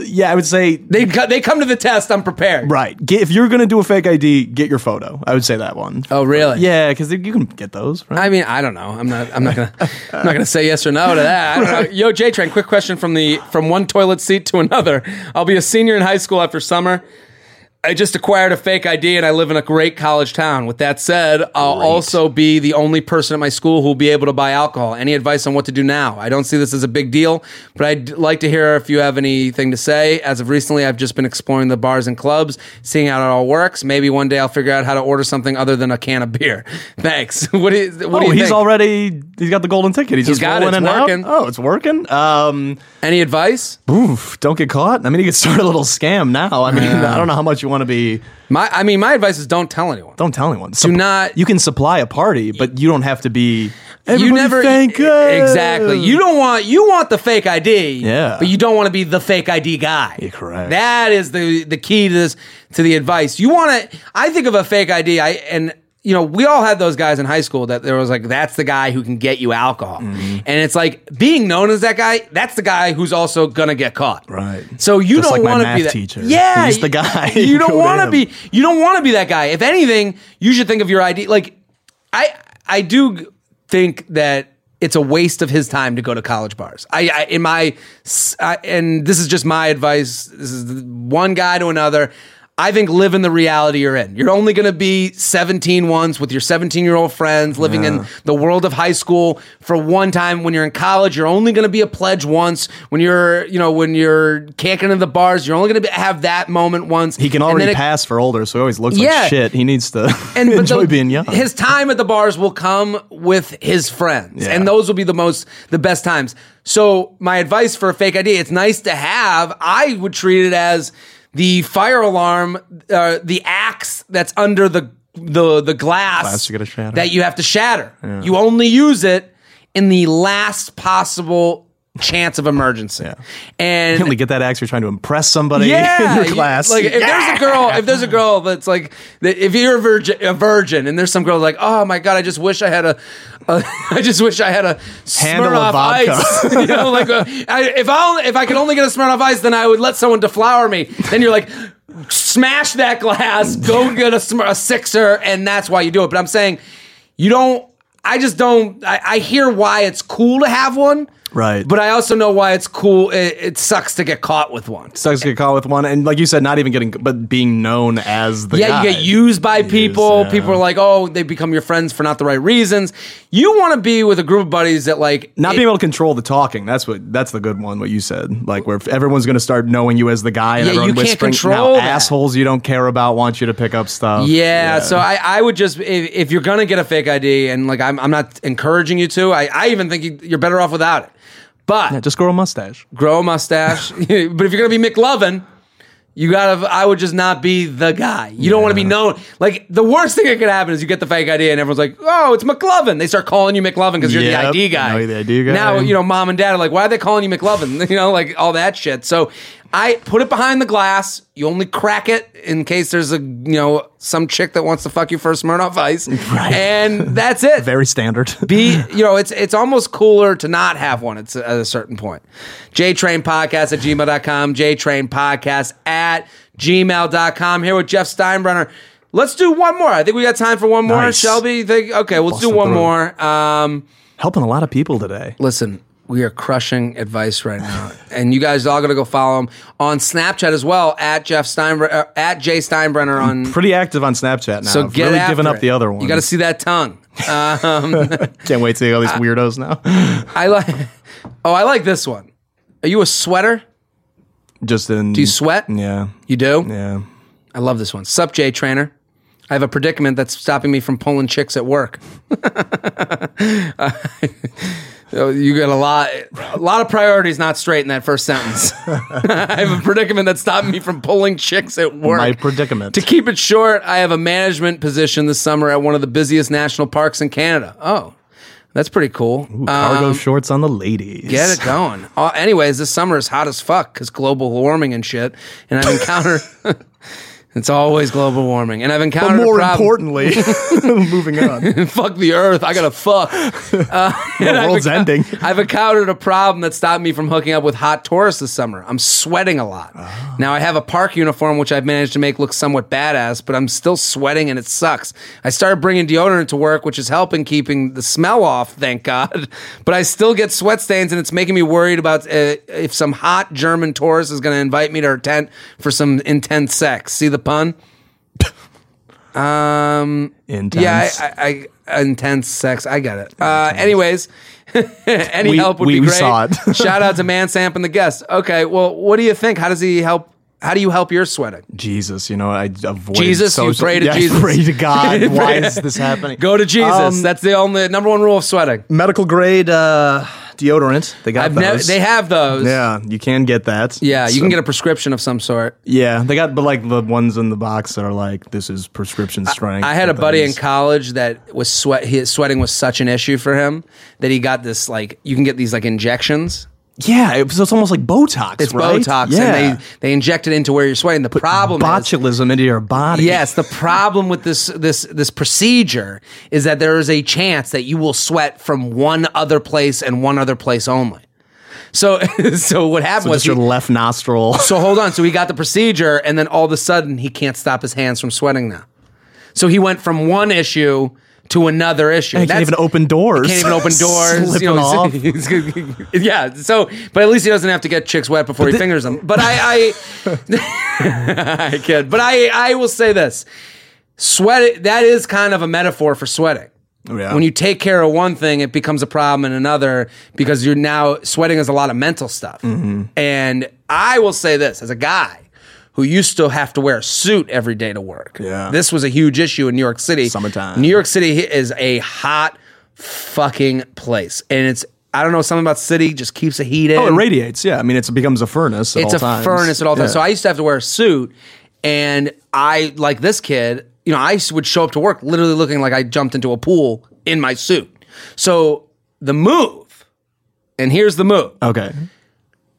Speaker 3: yeah, I would say
Speaker 2: They co- they come to the test unprepared.
Speaker 3: right. Get, if you're gonna do a fake ID, get your photo. I would say that one.
Speaker 2: Oh, really?
Speaker 3: Yeah, because you can get those. Right?
Speaker 2: I mean, I don't know. I'm not. I'm not gonna. I'm not gonna say yes or no to that. I don't know. Yo, J Train. Quick question from the from one toilet seat to another. I'll be a senior in high school after summer. I just acquired a fake ID and I live in a great college town. With that said, I'll also be the only person at my school who will be able to buy alcohol. Any advice on what to do now? I don't see this as a big deal, but I'd like to hear if you have anything to say. As of recently, I've just been exploring the bars and clubs, seeing how it all works. Maybe one day I'll figure out how to order something other than a can of beer. Thanks. What do you, what do you
Speaker 3: oh, he's
Speaker 2: think?
Speaker 3: already he's got the golden ticket. He's, just
Speaker 2: got it.
Speaker 3: rolling
Speaker 2: It's
Speaker 3: in and out.
Speaker 2: working.
Speaker 3: Oh, it's working. Um,
Speaker 2: Any advice?
Speaker 3: oof, don't get caught. I mean, he could start a little scam now. I mean, I don't know how much you want to be.
Speaker 2: My, I mean, my advice is don't tell anyone.
Speaker 3: Don't tell anyone. Do
Speaker 2: not-
Speaker 3: You can supply a party, but you don't have to be.
Speaker 2: you
Speaker 3: "Everybody
Speaker 2: never e-
Speaker 3: thank God."
Speaker 2: exactly. You don't want you want the fake ID,
Speaker 3: Yeah.
Speaker 2: but you don't want to be the fake ID guy.
Speaker 3: You're correct.
Speaker 2: That is the the key to this to the advice. You want to. I think of a fake ID. I and you know we all had those guys in high school that there was like that's the guy who can get you alcohol,
Speaker 3: Mm-hmm.
Speaker 2: and it's like being known as that guy. That's the guy who's also gonna get caught.
Speaker 3: Right.
Speaker 2: So you
Speaker 3: Just
Speaker 2: don't
Speaker 3: like my
Speaker 2: want to
Speaker 3: math
Speaker 2: be that
Speaker 3: teacher.
Speaker 2: Yeah,
Speaker 3: He's the guy.
Speaker 2: You don't
Speaker 3: Go to
Speaker 2: want to
Speaker 3: him.
Speaker 2: be. You don't want to be that guy. If anything, you should think of your ID. Like, I I do g- think that it's a waste of his time to go to college bars. I, I in my s I and this is just my advice. This is the one guy to another. I think live in the reality you're in. You're only going to be 17 once with your 17 year old friends living in the world of high school for one time. When you're in college, you're only going to be a pledge once. When you're, you know, when you're kicking in the bars, you're only going to have that moment once.
Speaker 3: He can
Speaker 2: And then
Speaker 3: already
Speaker 2: it-
Speaker 3: pass for older, so he always looks
Speaker 2: Yeah.
Speaker 3: like shit. He needs to
Speaker 2: and but
Speaker 3: enjoy
Speaker 2: the-
Speaker 3: being young.
Speaker 2: His time at the bars will come with his friends,
Speaker 3: Yeah.
Speaker 2: and those will be the most the best times. So my advice for a fake ID: it's nice to have. I would treat it as the fire alarm, uh, the axe that's under the the the glass,
Speaker 3: Glass you gotta shatter.
Speaker 2: that you have to shatter. You only use it in the last possible chance of emergency,
Speaker 3: Yeah.
Speaker 2: and
Speaker 3: you only get that axe. You're trying to impress somebody in your
Speaker 2: you-
Speaker 3: class.
Speaker 2: Like if there's a girl, if there's a girl that's like, that- if you're a virgin, a virgin, and there's some girl like, oh my god, I just wish I had a, a I just wish I had a
Speaker 3: Handle
Speaker 2: Smirnoff
Speaker 3: of vodka."
Speaker 2: ice. you know, like uh, I, if I if I could only get a Smirnoff ice, then I would let someone deflower me. Then you're like. Smash that glass, go get a, Smir- a sixer, and that's why you do it. But I'm saying, you don't. I just don't. I, I hear why it's cool to have one,
Speaker 3: Right.
Speaker 2: But I also know why it's cool. It, it sucks to get caught with one.
Speaker 3: Sucks to get caught with one, and like you said, not even getting, but being known as the
Speaker 2: yeah,
Speaker 3: guy.
Speaker 2: you get used by people.
Speaker 3: yeah.
Speaker 2: People are like, oh, they become your friends for not the right reasons. You want to be with a group of buddies that like
Speaker 3: Not
Speaker 2: it-
Speaker 3: being able to control the talking. That's what. That's the good one. What you said, like where everyone's going to start knowing you as the guy, and
Speaker 2: Yeah,
Speaker 3: everyone
Speaker 2: you can't
Speaker 3: whispering.
Speaker 2: control
Speaker 3: now,
Speaker 2: that."
Speaker 3: assholes you don't care about want you to pick up stuff.
Speaker 2: Yeah, so I, I would just if, if you're gonna get a fake ID and like I'm, I'm not encouraging you to. I, I even think you, you're better off without it. But
Speaker 3: Yeah, just grow a mustache.
Speaker 2: grow a mustache. but if you're gonna be McLovin, you gotta. I would just not be the guy. You don't want to be known. Like the worst thing that could happen is you get the fake idea and everyone's like, "Oh, it's McLovin." They start calling you McLovin because you're
Speaker 3: Yep.
Speaker 2: the ID guy.
Speaker 3: Now you're the ID guy.
Speaker 2: Now you know mom and dad are like, "Why are they calling you McLovin?" You know, like all that shit. So I put it behind the glass. You only crack it in case there's a you know some chick that wants to fuck you for a Smirnoff Ice,
Speaker 3: Right.
Speaker 2: and that's it
Speaker 3: Very standard.
Speaker 2: be you know it's it's almost cooler to not have one it's at a certain point jtrain podcast at gmail.com jtrain podcast at gmail.com here with jeff steinbrenner let's do one more i think we got time for one more
Speaker 3: Nice.
Speaker 2: shelby you think okay let's do
Speaker 3: Busting
Speaker 2: one
Speaker 3: through.
Speaker 2: more um
Speaker 3: Helping a lot of people today.
Speaker 2: listen we are crushing advice right now and you guys are all gonna go follow him on snapchat as well at jeff steinbrenner uh, at j steinbrenner on
Speaker 3: Pretty active on Snapchat now.
Speaker 2: so
Speaker 3: I've
Speaker 2: get
Speaker 3: really
Speaker 2: after
Speaker 3: giving up
Speaker 2: it.
Speaker 3: the other one.
Speaker 2: you gotta Uh, see that tongue
Speaker 3: Can't wait to see all these weirdos now.
Speaker 2: i like oh i like this one are you a sweater
Speaker 3: Just in.
Speaker 2: Do you sweat?
Speaker 3: Yeah.
Speaker 2: You do?
Speaker 3: Yeah.
Speaker 2: I love this one. Sup, Jay Trainer. I have a predicament that's stopping me from pulling chicks at work. Oh, you got a lot, a lot of priorities not straight in that first sentence. I have a predicament that's stopping me from pulling chicks at work.
Speaker 3: My predicament.
Speaker 2: To keep it short, I have a management position this summer at one of the busiest national parks in Canada. Oh, that's pretty cool.
Speaker 3: Cargo
Speaker 2: Um,
Speaker 3: shorts on the ladies.
Speaker 2: Get it going. Uh, anyways, this summer is hot as fuck because global warming and shit. And I've encountered. it's always global warming, and I've
Speaker 3: But
Speaker 2: encountered.
Speaker 3: more
Speaker 2: a problem.
Speaker 3: importantly, moving on.
Speaker 2: fuck the earth. I gotta fuck. Uh,
Speaker 3: The
Speaker 2: and I've
Speaker 3: world's
Speaker 2: encou-
Speaker 3: ending.
Speaker 2: I've encountered a problem that stopped me from hooking up with hot tourists this summer. I'm sweating a lot.
Speaker 3: Oh.
Speaker 2: Now I have a park uniform which I've managed to make look somewhat badass, but I'm still sweating and it sucks. I started bringing deodorant to work, which is helping keeping the smell off, thank God. But I still get sweat stains and it's making me worried about uh, if some hot German tourist is going to invite me to her tent for some intense sex. See the pun?
Speaker 3: Intense.
Speaker 2: Yeah, I, I, I intense sex. I get it. Uh, anyways, any
Speaker 3: We-
Speaker 2: help would
Speaker 3: we-
Speaker 2: be
Speaker 3: we
Speaker 2: great.
Speaker 3: saw it.
Speaker 2: Shout out to Man Samp and the guest. Okay, well, what do you think? How does he help How do you help your sweating?
Speaker 3: Jesus, you know, I avoid
Speaker 2: Jesus, you
Speaker 3: social-
Speaker 2: pray to
Speaker 3: Yeah, I
Speaker 2: Jesus.
Speaker 3: pray to God. Why is this happening?
Speaker 2: Go to Jesus.
Speaker 3: Um,
Speaker 2: That's the only number one rule of sweating.
Speaker 3: medical grade uh, deodorant. They got
Speaker 2: I've never.
Speaker 3: those.
Speaker 2: They have those.
Speaker 3: yeah, you can get that.
Speaker 2: Yeah, you
Speaker 3: So-
Speaker 2: can get a prescription of some sort.
Speaker 3: Yeah, they got but like the ones in the box that are like this is prescription strength.
Speaker 2: I had a
Speaker 3: but
Speaker 2: buddy
Speaker 3: that
Speaker 2: in
Speaker 3: is-
Speaker 2: college that was sweat. His sweating was such an issue for him that he got this like you can get these like injections.
Speaker 3: Yeah, it, so it's almost like Botox.
Speaker 2: It's
Speaker 3: right?
Speaker 2: Botox,
Speaker 3: Yeah.
Speaker 2: and they they inject it into where you're sweating. The problem is
Speaker 3: botulism into your body.
Speaker 2: Yes, the problem with this this this procedure is that there is a chance that you will sweat from one other place and one other place only. So so what happened
Speaker 3: so
Speaker 2: was
Speaker 3: just your
Speaker 2: he-
Speaker 3: left nostril.
Speaker 2: so hold on. So he got the procedure, and then all of a sudden he can't stop his hands from sweating now. So he went from one issue to another issue.
Speaker 3: I can't
Speaker 2: That's-
Speaker 3: even open doors.
Speaker 2: Can't even open doors.
Speaker 3: Slipping off.
Speaker 2: he's- he's- yeah. So, but at least he doesn't have to get chicks wet before he fingers them. But I, I, I kid. But I, I will say this: sweat. That is kind of a metaphor for sweating.
Speaker 3: Yeah.
Speaker 2: When you take care of one thing, it becomes a problem in another because you're now sweating is a lot of mental stuff.
Speaker 3: Mm-hmm.
Speaker 2: And I will say this as a guy who used to have to wear a suit every day to work.
Speaker 3: Yeah.
Speaker 2: This was a huge issue in New York City.
Speaker 3: Summertime.
Speaker 2: New York City is a hot fucking place. And it's I don't know, something about city just keeps the heat in
Speaker 3: Oh, it radiates. Yeah, I mean, it's, it becomes a furnace. At
Speaker 2: it's
Speaker 3: all
Speaker 2: a
Speaker 3: times.
Speaker 2: furnace at all times.
Speaker 3: Yeah.
Speaker 2: So I used to have to wear a suit, and I like this kid. You know, I would show up to work literally looking like I jumped into a pool in my suit. So the move, and here's the move:
Speaker 3: okay,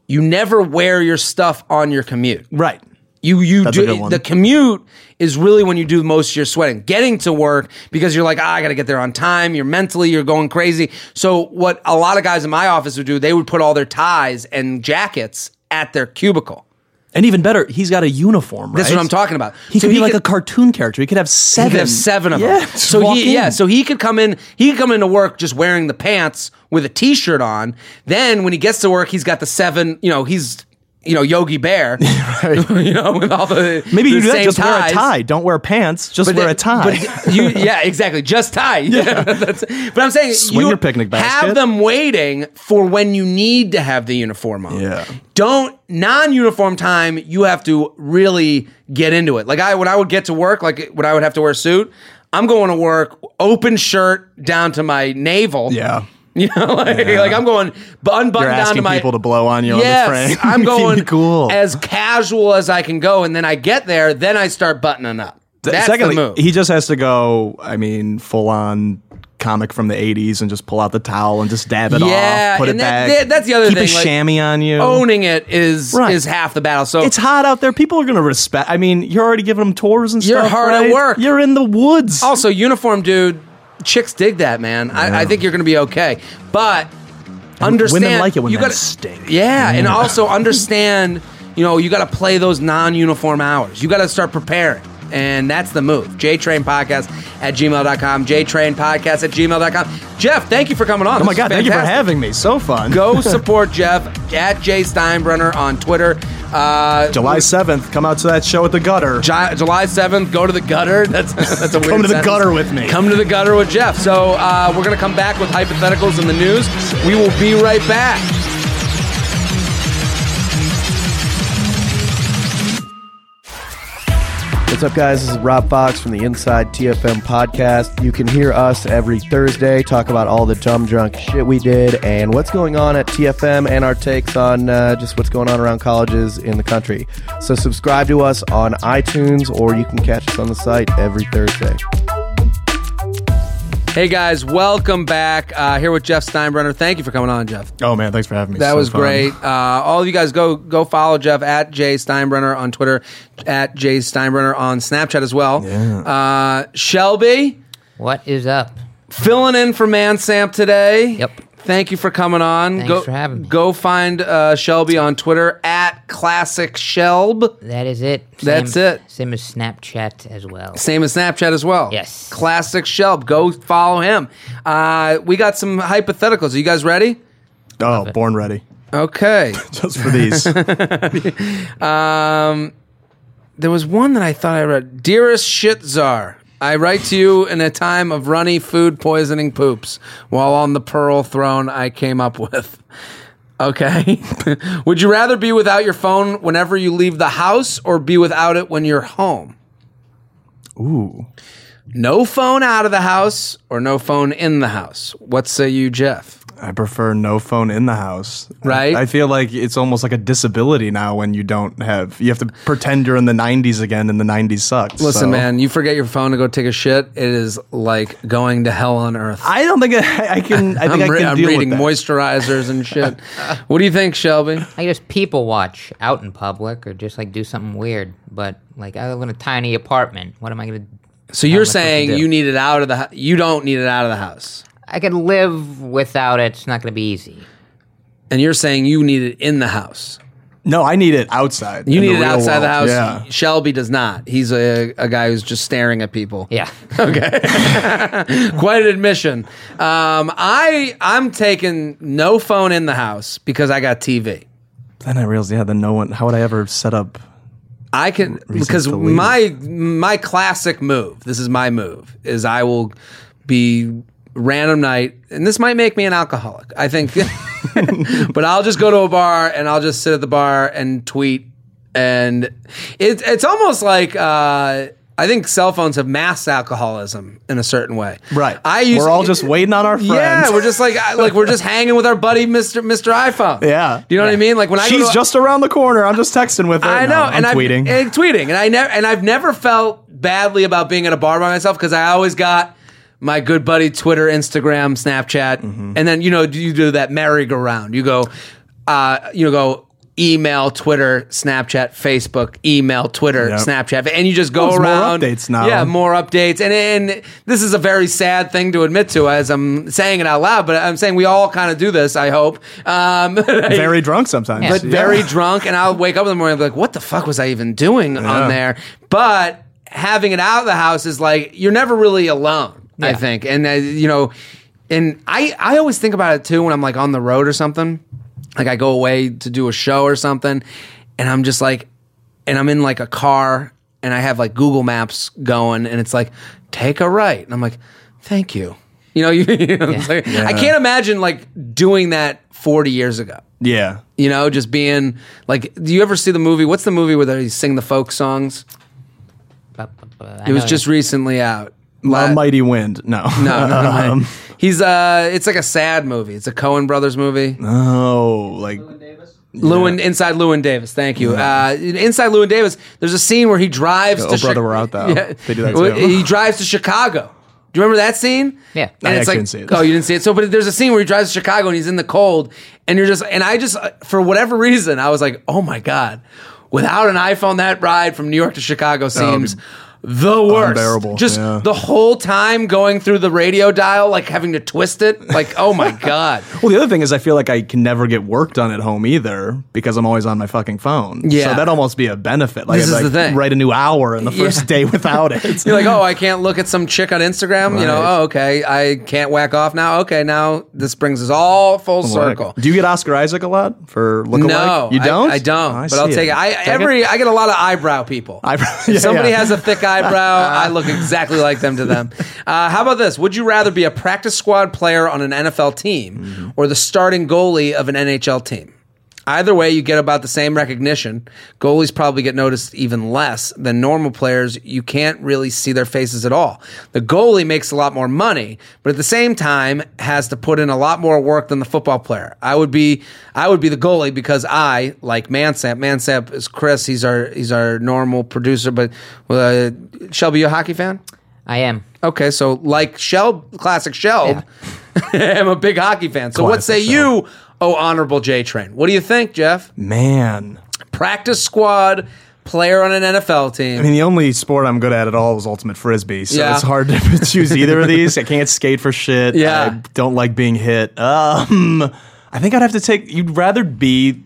Speaker 2: you never wear your stuff on your commute.
Speaker 3: right.
Speaker 2: You you
Speaker 3: That's a good
Speaker 2: do
Speaker 3: one.
Speaker 2: the commute is really when you do most of your sweating. Getting to work because you're like, ah, I got to get there on time. You're mentally you're going crazy. So what a lot of guys in my office would do, they would put all their ties and jackets at their cubicle.
Speaker 3: And even better, he's got a uniform. Right?
Speaker 2: That's what I'm talking about.
Speaker 3: He
Speaker 2: So
Speaker 3: could be
Speaker 2: he
Speaker 3: like
Speaker 2: could-
Speaker 3: a cartoon character. He could have
Speaker 2: He
Speaker 3: seven.
Speaker 2: could have seven of
Speaker 3: yeah,
Speaker 2: them.
Speaker 3: just
Speaker 2: So
Speaker 3: walk
Speaker 2: he, yeah,
Speaker 3: in.
Speaker 2: so he could come in. He could come into work just wearing the pants with a t-shirt on. Then when he gets to work, he's got the seven. You know, he's you know Yogi Bear. you know, with all the
Speaker 3: Maybe
Speaker 2: the
Speaker 3: you do that.
Speaker 2: same
Speaker 3: Just wear a
Speaker 2: ties.
Speaker 3: tie. Don't wear pants. Just wear
Speaker 2: then-
Speaker 3: a tie.
Speaker 2: But you, yeah, exactly. Just tie. Yeah. That's, but I'm saying
Speaker 3: Swing
Speaker 2: you
Speaker 3: your picnic basket.
Speaker 2: have them waiting for when you need to have the uniform on.
Speaker 3: Yeah.
Speaker 2: Don't non-uniform time. You have to really get into it. Like I, when I would get to work, like when I would have to wear a suit, I'm going to work open shirt down to my navel.
Speaker 3: yeah.
Speaker 2: You know, like, like I'm going bu- unbuttoned
Speaker 3: You're
Speaker 2: down to
Speaker 3: asking
Speaker 2: my
Speaker 3: people to blow on you on the train.
Speaker 2: I'm
Speaker 3: Keep
Speaker 2: going
Speaker 3: you cool.
Speaker 2: as casual as I can go, and then I get there, then I start buttoning up. That's
Speaker 3: Secondly,
Speaker 2: the move.
Speaker 3: he just has to go. I mean, full on comic from the '80s and just pull out the towel and just dab it
Speaker 2: Yeah,
Speaker 3: off. Put
Speaker 2: and
Speaker 3: it
Speaker 2: that-
Speaker 3: back.
Speaker 2: that- that's the other
Speaker 3: Keep
Speaker 2: thing,
Speaker 3: a
Speaker 2: like, Oh,
Speaker 3: chamois on you.
Speaker 2: Owning it is
Speaker 3: Right.
Speaker 2: is half the battle. So
Speaker 3: It's hot out there. People are going to respect. I mean, you're already giving them tours and
Speaker 2: You're
Speaker 3: stuff.
Speaker 2: hard at
Speaker 3: right?
Speaker 2: work. Oh,
Speaker 3: You're in the woods.
Speaker 2: also uniform, dude. Chicks dig that, man. I, I think you're going to be okay, but understand
Speaker 3: women like it when
Speaker 2: you
Speaker 3: men
Speaker 2: gotta-
Speaker 3: stink.
Speaker 2: Yeah, and also understand. You know, you got to play those non-uniform hours. You got to start preparing. And that's the move. JTrain Podcast at gmail.com. JTrain Podcast at gmail.com. Jeff, thank you for coming on.
Speaker 3: Oh my god! Thank you for having me. So fun.
Speaker 2: Go support Jeff at Jay Steinbrenner on Twitter. Uh,
Speaker 3: July seventh. Come out to that show at the gutter.
Speaker 2: Ju- July 7th, go to the gutter. That's, that's a weird
Speaker 3: Come to the
Speaker 2: sentence.
Speaker 3: gutter with me.
Speaker 2: Come to the gutter with Jeff. So uh, we're going to come back with hypotheticals in the news. We will be right back.
Speaker 5: What's up, guys? This is Rob Fox from the Inside TFM podcast. You can hear us every Thursday talk about all the dumb drunk shit we did and what's going on at TFM and our takes on uh, just what's going on around colleges in the country. So, subscribe to us on iTunes or you can catch us on the site every Thursday.
Speaker 2: Hey, guys, welcome back. Uh, here with Jeff Steinbrenner. Thank you for coming on, Jeff.
Speaker 3: Oh man, thanks for having me.
Speaker 2: That
Speaker 3: So
Speaker 2: was
Speaker 3: fun.
Speaker 2: great. Uh, all of you guys go go follow Jeff at Jay Steinbrenner on Twitter, at Jay Steinbrenner on Snapchat as well. Uh, Shelby,
Speaker 6: What is up?
Speaker 2: filling in for Mansam today.
Speaker 6: Yep.
Speaker 2: Thank you for coming on.
Speaker 6: Thanks
Speaker 2: go,
Speaker 6: for having me.
Speaker 2: Go find uh, Shelby on Twitter at Classic Shelb.
Speaker 6: That is it.
Speaker 2: That's it.
Speaker 6: Same as Snapchat as well.
Speaker 2: Same as Snapchat as well.
Speaker 6: Yes.
Speaker 2: Classic Shelb. Go follow him. Uh, we got some hypotheticals. Are you guys ready?
Speaker 3: Oh, born ready.
Speaker 2: Okay.
Speaker 3: Just for these.
Speaker 2: there was one that I thought I read. Dearest shit czar, I write to you in a time of runny food poisoning poops while on the pearl throne I came up with. Okay. Would you rather be without your phone whenever you leave the house or be without it when you're home?
Speaker 3: Ooh.
Speaker 2: No phone out of the house or no phone in the house. What say you, Jeff?
Speaker 3: I prefer no phone in the house.
Speaker 2: Right.
Speaker 3: I, I feel like it's almost like a disability now when you don't have, you have to pretend you're in the 90s again and the 90s sucked.
Speaker 2: Listen,
Speaker 3: so.
Speaker 2: man, you forget your phone to go take a shit. It is like going to hell on earth.
Speaker 3: I don't think I, I can, I think I
Speaker 2: am
Speaker 3: can deal
Speaker 2: reading
Speaker 3: with that.
Speaker 2: moisturizers and shit. what do you think, Shelby?
Speaker 6: I just people watch out in public or just like do something weird. But like I live in a tiny apartment. What am I gonna?
Speaker 2: So
Speaker 6: am I
Speaker 2: you're
Speaker 6: supposed to
Speaker 2: saying
Speaker 6: do?
Speaker 2: you need it out of the hu- you don't need it out of the house,
Speaker 6: I could live without it. It's not gonna be easy.
Speaker 2: and you're saying you need it in the house.
Speaker 3: no, I need it outside.
Speaker 2: You
Speaker 3: in
Speaker 2: need it
Speaker 3: real
Speaker 2: outside the house.
Speaker 3: world. Yeah.
Speaker 2: Shelby does not. He's a, a guy who's just staring at people.
Speaker 6: Yeah.
Speaker 2: Quite an admission. Um, I I'm taking no phone in the house because I got TV.
Speaker 3: Then I realized, yeah, then no one, how would I ever set up?
Speaker 2: I can
Speaker 3: reasons
Speaker 2: because
Speaker 3: to leave.
Speaker 2: my my classic move. This is my move. Is I will be random night, and this might make me an alcoholic. I think, but I'll just go to a bar and I'll just sit at the bar and tweet, and it, it's almost like. Uh, I think cell phones have mass alcoholism in a certain way.
Speaker 3: Right.
Speaker 2: I used,
Speaker 3: We're all just waiting on our friends.
Speaker 2: Yeah, we're just like I- like we're just hanging with our buddy Mr. Mr. iPhone.
Speaker 3: Yeah.
Speaker 2: Do you know what I mean? Like when I go
Speaker 3: She's
Speaker 2: to-
Speaker 3: just around the corner. I'm just texting with her.
Speaker 2: I
Speaker 3: No,
Speaker 2: know,
Speaker 3: I'm
Speaker 2: and I've-
Speaker 3: tweeting.
Speaker 2: and tweeting, and I never, and I've never felt badly about being at a bar by myself because I always got my good buddy Twitter, Instagram, Snapchat,
Speaker 3: Mm-hmm.
Speaker 2: and then you know you do that merry-go-round. You go, uh, you go email, Twitter, Snapchat, Facebook, email, Twitter,
Speaker 3: Yep.
Speaker 2: Snapchat, and you just go
Speaker 3: Well, there's more
Speaker 2: around
Speaker 3: updates now.
Speaker 2: Yeah, more updates, and and this is a very sad thing to admit to as I'm saying it out loud, but I'm saying we all kind of do this. I hope. Um,
Speaker 3: very drunk sometimes.
Speaker 6: But
Speaker 2: but very drunk, and I'll wake up in the morning and be like, "What the fuck was I even doing
Speaker 3: Yeah.
Speaker 2: on there?" But having it out of the house is like you're never really alone. I
Speaker 6: Yeah.
Speaker 2: think, and uh, you know, and I I always think about it too when I'm like on the road or something, like I go away to do a show or something, and I'm just like, and I'm in like a car, and I have like Google Maps going, and it's like, take a right, and I'm like, thank you. You know, you, you know, it's like- I can't imagine like doing that 40 years ago.
Speaker 3: yeah.
Speaker 2: You know, just being like, do you ever see the movie? What's the movie where they sing the folk songs?
Speaker 6: But- but- but I
Speaker 2: It was
Speaker 6: know
Speaker 2: just recently out.
Speaker 3: A
Speaker 2: La-
Speaker 3: mighty wind. No. Um,
Speaker 2: no, never mind. He's uh, it's like a sad movie. It's a Cohen Brothers movie.
Speaker 3: Oh, like
Speaker 2: Lewin inside Lewin Davis. Thank you. Uh, inside Lewin Davis, there's a scene where he drives.
Speaker 3: Oh,
Speaker 2: to Chi-
Speaker 3: Brother, We're Out Thou. They do that
Speaker 2: Well,
Speaker 3: too.
Speaker 2: He drives to Chicago. Do you remember that scene?
Speaker 6: Yeah.
Speaker 2: and
Speaker 3: I
Speaker 2: it's
Speaker 3: actually
Speaker 2: like,
Speaker 3: didn't see it.
Speaker 2: oh, you didn't see it. So, but there's a scene where he drives to Chicago and he's in the cold, and you're just, and I just, uh, for whatever reason, I was like, oh my god, without an iPhone, that ride from New York to Chicago
Speaker 3: would Oh, be
Speaker 2: seems. The worst.
Speaker 3: unbearable,
Speaker 2: Just
Speaker 3: yeah.
Speaker 2: the whole time going through the radio dial, like having to twist it. Like, oh my God.
Speaker 3: Well, the other thing is, I feel like I can never get work done at home either because I'm always on my fucking phone.
Speaker 2: Yeah.
Speaker 3: so that'd almost be a benefit. Like,
Speaker 2: This
Speaker 3: I'd,
Speaker 2: is
Speaker 3: like,
Speaker 2: the thing.
Speaker 3: Write a new hour in the first
Speaker 2: Yeah.
Speaker 3: day without it.
Speaker 2: You're like, oh, I can't look at some chick on Instagram. You know,
Speaker 3: Right.
Speaker 2: oh, okay, I can't whack off now. Okay, now this brings us all full circle.
Speaker 3: Do you get Oscar Isaac a lot for lookalike?
Speaker 2: no,
Speaker 3: you
Speaker 2: I-
Speaker 3: don't.
Speaker 2: I, don't.
Speaker 3: Oh, I
Speaker 2: but I'll
Speaker 3: see
Speaker 2: take it. I
Speaker 3: Take
Speaker 2: every I get a lot of eyebrow people.
Speaker 3: I-
Speaker 2: If
Speaker 3: yeah,
Speaker 2: somebody
Speaker 3: yeah.
Speaker 2: has a thick eyebrow, I look exactly like them to them. Uh, how about this? Would you rather be a practice squad player on an NFL team
Speaker 3: Mm-hmm.
Speaker 2: or the starting goalie of an NHL team? Either way, you get about the same recognition. Goalies probably get noticed even less than normal players. You can't really see their faces at all. The goalie makes a lot more money, but at the same time has to put in a lot more work than the football player. I would be, I would be the goalie because I like Mansap. Mansap is Chris. He's our he's our normal producer. But uh, Shelby, you a hockey fan?
Speaker 6: I am.
Speaker 2: Okay, so like Shelb, classic Shelb, I'm a big hockey fan. So what say
Speaker 3: Classic
Speaker 2: you, oh honorable J Train? What do you think, Jeff?
Speaker 3: Man,
Speaker 2: Practice squad player on an NFL team.
Speaker 3: I mean, the only sport I'm good at at all is ultimate frisbee, so
Speaker 2: Yeah.
Speaker 3: it's hard to choose either of these. I can't skate for shit.
Speaker 2: Yeah.
Speaker 3: I don't like being hit. Um, I think I'd have to take. You'd rather be,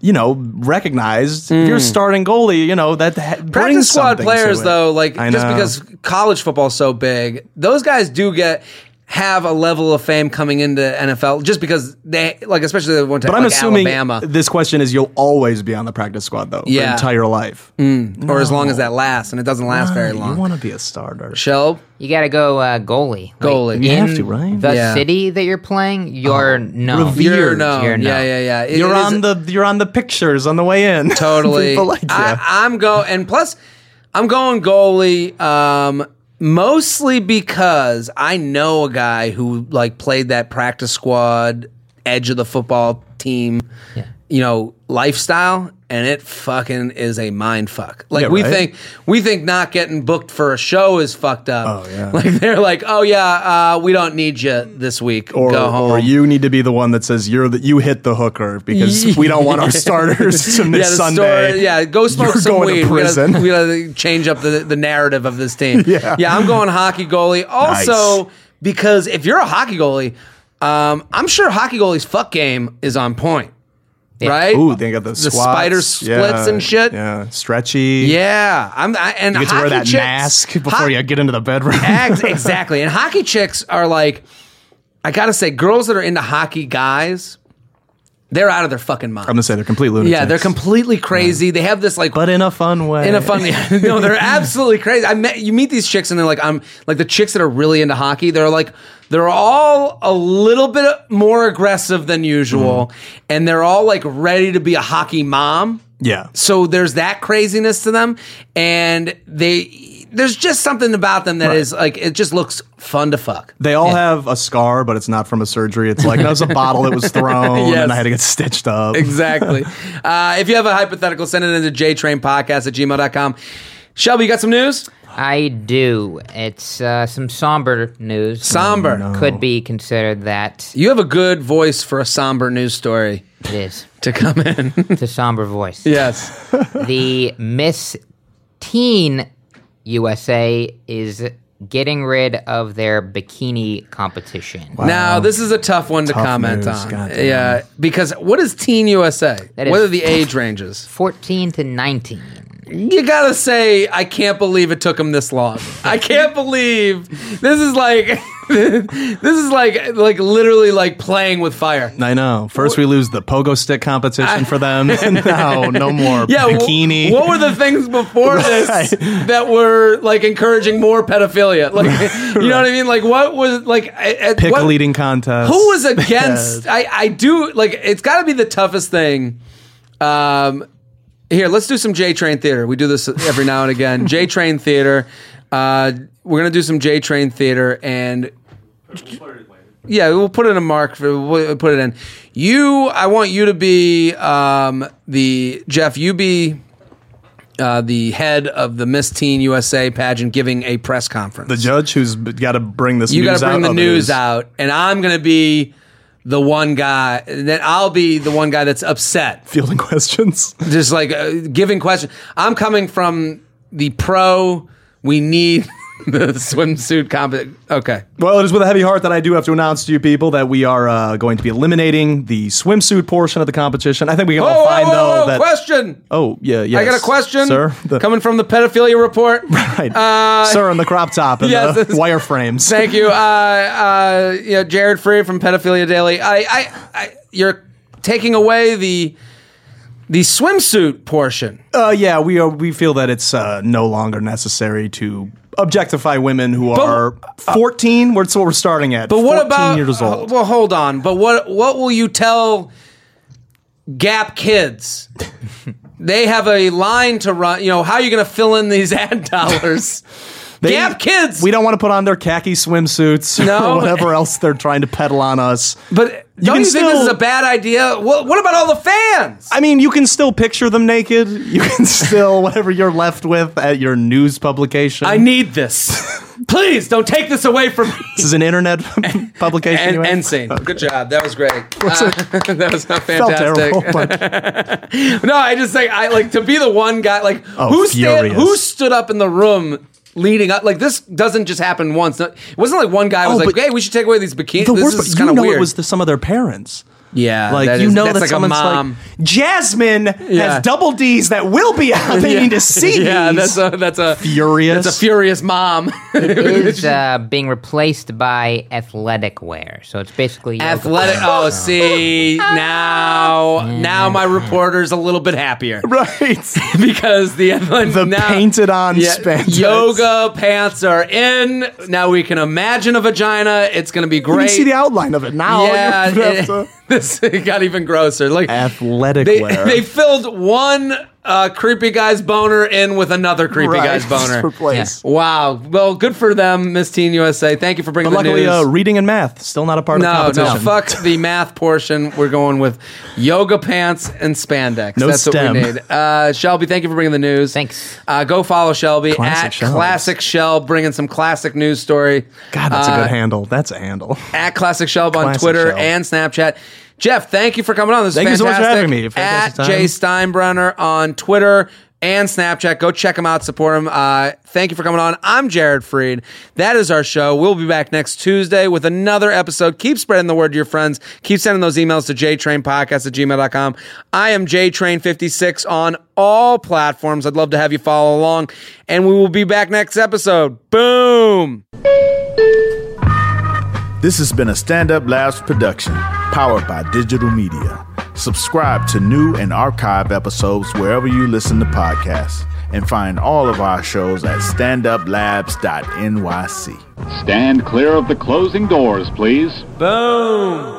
Speaker 3: you know, recognized. If you're a starting goalie, you know that ha- brings
Speaker 2: Mm. practice squad
Speaker 3: something to
Speaker 2: players
Speaker 3: it.
Speaker 2: though, like
Speaker 3: I
Speaker 2: just
Speaker 3: know.
Speaker 2: because college football's so big, those guys do get. have a level of fame coming into NFL just because they like especially the one time
Speaker 3: But I'm
Speaker 2: like
Speaker 3: assuming
Speaker 2: Alabama
Speaker 3: this question is you'll always be on the practice squad though
Speaker 2: Yeah.
Speaker 3: your entire life.
Speaker 2: or as long as that lasts and it doesn't last very
Speaker 3: Right,
Speaker 2: long.
Speaker 3: You want to be a starter.
Speaker 2: Shell
Speaker 6: You got to go uh, goalie. Like,
Speaker 2: Goalie.
Speaker 3: You have
Speaker 6: in
Speaker 3: to, right?
Speaker 6: The
Speaker 2: Yeah. Oh,
Speaker 6: city that you're playing, you're no.
Speaker 3: Revered.
Speaker 2: you're
Speaker 3: Beard,
Speaker 2: known.
Speaker 6: you're
Speaker 2: yeah,
Speaker 6: known.
Speaker 2: yeah, yeah. It-
Speaker 3: You're
Speaker 2: it is-
Speaker 3: on the you're on the pictures on the way in.
Speaker 2: Totally.
Speaker 3: People like you.
Speaker 2: I, I'm go and plus I'm going goalie um mostly because I know a guy who like played that practice squad edge of the football team you know lifestyle and it fucking is a mind fuck. Like
Speaker 3: Yeah,
Speaker 2: we
Speaker 3: right.
Speaker 2: think we think not getting booked for a show is fucked up.
Speaker 3: Oh, yeah.
Speaker 2: Like they're like, "Oh yeah, uh, we don't need you this week.
Speaker 3: or,
Speaker 2: go home."
Speaker 3: or you need to be the one that says you're the, you hit the hooker because we don't want our starters to miss
Speaker 2: yeah, the
Speaker 3: Sunday.
Speaker 2: Story, yeah, go smoke
Speaker 3: You're
Speaker 2: some
Speaker 3: going to
Speaker 2: weed. We gotta-
Speaker 3: prison.
Speaker 2: We gotta, change up the, the narrative of this team. yeah. I'm going hockey goalie. Also, because if you're a hockey goalie, um, I'm sure hockey goalie's fuck game is on point, right?
Speaker 3: Ooh, they got the,
Speaker 2: The spider splits and shit.
Speaker 3: Yeah, stretchy.
Speaker 2: Yeah, I'm I, and
Speaker 3: you get to wear
Speaker 2: hockey
Speaker 3: that
Speaker 2: chicks-
Speaker 3: mask before
Speaker 2: ho-
Speaker 3: you get into the bedroom.
Speaker 2: Ex- exactly. And hockey chicks are like, I gotta say, girls that are into hockey guys, they're out of their fucking mind.
Speaker 3: I'm gonna say they're complete lunatics.
Speaker 2: yeah, they're completely crazy. They have this like
Speaker 3: but in a fun way.
Speaker 2: in a funny no they're absolutely crazy i met you meet these chicks and they're like i'm like the chicks that are really into hockey they're like they're all a little bit more aggressive than usual and they're all like ready to be a hockey mom
Speaker 3: Yeah.
Speaker 2: so there's that craziness to them and they there's just something about them that is like it just looks fun to fuck
Speaker 3: They all have a scar, but it's not from a surgery. It's like that was a bottle that was thrown,
Speaker 2: Yes.
Speaker 3: and I had to get stitched up.
Speaker 2: exactly uh, if you have a hypothetical send it into jtrainpodcast at gmail.com shelby you got some news
Speaker 6: I do. It's uh, some somber news.
Speaker 2: Somber. Oh, no.
Speaker 6: Could be considered that.
Speaker 2: you have a good voice for a somber news story
Speaker 6: It is.
Speaker 2: to come in
Speaker 6: It's a somber voice.
Speaker 2: Yes.
Speaker 6: the Miss Teen USA is getting rid of their bikini competition.
Speaker 2: Now this is a tough one to comment
Speaker 3: news,
Speaker 2: on.
Speaker 3: goddamn.
Speaker 2: Yeah, because what is Teen USA?
Speaker 6: That is-
Speaker 2: what are the age ranges?
Speaker 6: 14 to 19.
Speaker 2: You gotta say, I can't believe it took them this long. I can't believe this is like, this is like, like literally like playing with fire.
Speaker 3: I know. First, we lose the pogo stick competition for them. and now, no more
Speaker 2: Yeah, wh-
Speaker 3: bikini.
Speaker 2: what were the things before this that were like encouraging more pedophilia? Like, you know what I mean? Like, what was like at, at
Speaker 3: pickle
Speaker 2: what,
Speaker 3: eating contest?
Speaker 2: Who was against? I, I do like it's got to be the toughest thing. Um, here, let's do some J Train Theater. We do this every now and again. J Train Theater. Uh, we're gonna do some J Train Theater, and yeah, we'll put in a mark for we'll put it in. You, I want you to be um, the Jeff. You be. Uh, the head of the Miss Teen USA pageant giving a press conference
Speaker 3: the judge who's got to bring this?
Speaker 2: you
Speaker 3: got to
Speaker 2: bring the news out, and I'm gonna be the one guy. Then I'll be the one guy that's upset,
Speaker 3: Fielding questions.
Speaker 2: just like uh, giving questions. I'm coming from the pro. We need the swimsuit comp. Okay,
Speaker 3: Well, it is with a heavy heart that I do have to announce to you people that we are uh, going to be eliminating the swimsuit portion of the competition. I think we can all
Speaker 2: Oh,
Speaker 3: find
Speaker 2: oh,
Speaker 3: though
Speaker 2: oh, oh,
Speaker 3: that.
Speaker 2: question.
Speaker 3: Oh yeah, yeah.
Speaker 2: I got a question,
Speaker 3: sir. The,
Speaker 2: coming from the pedophilia report.
Speaker 3: right,
Speaker 2: uh,
Speaker 3: sir, in the crop top and
Speaker 2: Yes,
Speaker 3: the
Speaker 2: it's-
Speaker 3: wireframes.
Speaker 2: Thank you, uh, uh, you know, Jared Free from Pedophilia Daily. I, I, I, you're taking away the the swimsuit portion.
Speaker 3: Uh, yeah, we are. We feel that it's uh, no longer necessary to objectify women who are 14. We're, that's what we're starting at.
Speaker 2: But what
Speaker 3: 14
Speaker 2: about uh,
Speaker 3: years old?
Speaker 2: Well, hold on. But what what will you tell Gap kids? they have a line to run. You know, how are you going to fill in these ad dollars?
Speaker 3: They-
Speaker 2: Gap kids.
Speaker 3: We don't want to put on their khaki swimsuits
Speaker 2: No.
Speaker 3: or whatever else they're trying to peddle on us.
Speaker 2: but don't you think
Speaker 3: can
Speaker 2: this
Speaker 3: still-
Speaker 2: is a bad idea? What, what about all the fans?
Speaker 3: I mean, you can still picture them naked. You can still whatever you're left with at your news publication.
Speaker 2: I need this. Please don't take this away from me.
Speaker 3: this is an internet publication. you
Speaker 2: And,
Speaker 3: have?
Speaker 2: and scene. Good job. That was great. Uh, that was not
Speaker 3: Felt
Speaker 2: fantastic.
Speaker 3: terrible, but
Speaker 2: No, I just think I like to be the one guy like
Speaker 3: Oh,
Speaker 2: who stand,
Speaker 3: furious.
Speaker 2: who stood up in the room leading up like this doesn't just happen once. No, It wasn't like one guy was
Speaker 3: Oh,
Speaker 2: like,
Speaker 3: but-
Speaker 2: "Hey, we should take away these bikinis."
Speaker 3: the
Speaker 2: This
Speaker 3: worst.
Speaker 2: is
Speaker 3: you
Speaker 2: kind of
Speaker 3: know,
Speaker 2: weird.
Speaker 3: it was the, some of their parents.
Speaker 2: Yeah,
Speaker 3: like
Speaker 2: that
Speaker 3: you
Speaker 2: is-
Speaker 3: know
Speaker 2: that's
Speaker 3: that
Speaker 2: like a
Speaker 3: someone's
Speaker 2: mom.
Speaker 3: like Jasmine
Speaker 2: Yeah.
Speaker 3: has double D's that will be out. They need to see
Speaker 2: yeah,
Speaker 3: these.
Speaker 2: that's a that's a
Speaker 3: Furious.
Speaker 2: That's a furious mom.
Speaker 6: is uh, being replaced by athletic wear. So it's basically yoga
Speaker 2: Athletic.
Speaker 6: pants.
Speaker 2: Oh, see now, now my reporter's a little bit happier
Speaker 3: right.
Speaker 2: because the
Speaker 3: The
Speaker 2: now,
Speaker 3: painted on
Speaker 2: Yeah,
Speaker 3: spandex.
Speaker 2: yoga pants are in. Now we can imagine a vagina. It's gonna be
Speaker 3: You
Speaker 2: great.
Speaker 3: can see the outline of it now.
Speaker 2: yeah,
Speaker 3: You have to-
Speaker 2: it- this got even grosser. Like
Speaker 3: athletic
Speaker 2: they
Speaker 3: wear.
Speaker 2: they filled one uh, creepy guy's boner in with another creepy
Speaker 3: Right.
Speaker 2: guy's boner.
Speaker 3: Replace.
Speaker 2: Wow. Well, good for them, Miss Teen USA. Thank you for bringing
Speaker 3: But
Speaker 2: the
Speaker 3: luckily,
Speaker 2: news.
Speaker 3: uh, reading and math still not a part
Speaker 2: No,
Speaker 3: of the
Speaker 2: no,
Speaker 3: competition.
Speaker 2: fuck the math portion. We're going with yoga pants and spandex.
Speaker 3: No
Speaker 2: That's
Speaker 3: STEM.
Speaker 2: what we need. Uh, Shelby, thank you for bringing the news.
Speaker 6: Thanks.
Speaker 2: Uh, go follow Shelby
Speaker 3: Classic
Speaker 2: at
Speaker 3: Shelbs.
Speaker 2: Classic Shell, bringing some classic news story.
Speaker 3: God, that's a
Speaker 2: Uh,
Speaker 3: good handle. That's a handle.
Speaker 2: At Classic Shelb on
Speaker 3: Classic
Speaker 2: Twitter
Speaker 3: Shelb.
Speaker 2: and Snapchat. Jeff, thank you for coming on. This
Speaker 3: Thank you
Speaker 2: is
Speaker 3: so much for
Speaker 2: fantastic.
Speaker 3: having me. Fantastic
Speaker 2: At
Speaker 3: time.
Speaker 2: Jay Steinbrenner on Twitter and Snapchat. Go check him out, support him. Uh, thank you for coming on. I'm Jared Freed. That is our show. We'll be back next Tuesday with another episode. Keep spreading the word to your friends. Keep sending those emails to jtrainpodcast at gmail.com. I am jtrain56 on all platforms. I'd love to have you follow along. And we will be back next episode. Boom.
Speaker 7: This has been a Stand Up Labs production, powered by digital media. Subscribe to new and archive episodes wherever you listen to podcasts, and find all of our shows at standuplabs.nyc.
Speaker 8: Stand clear of the closing doors, please.
Speaker 2: Boom.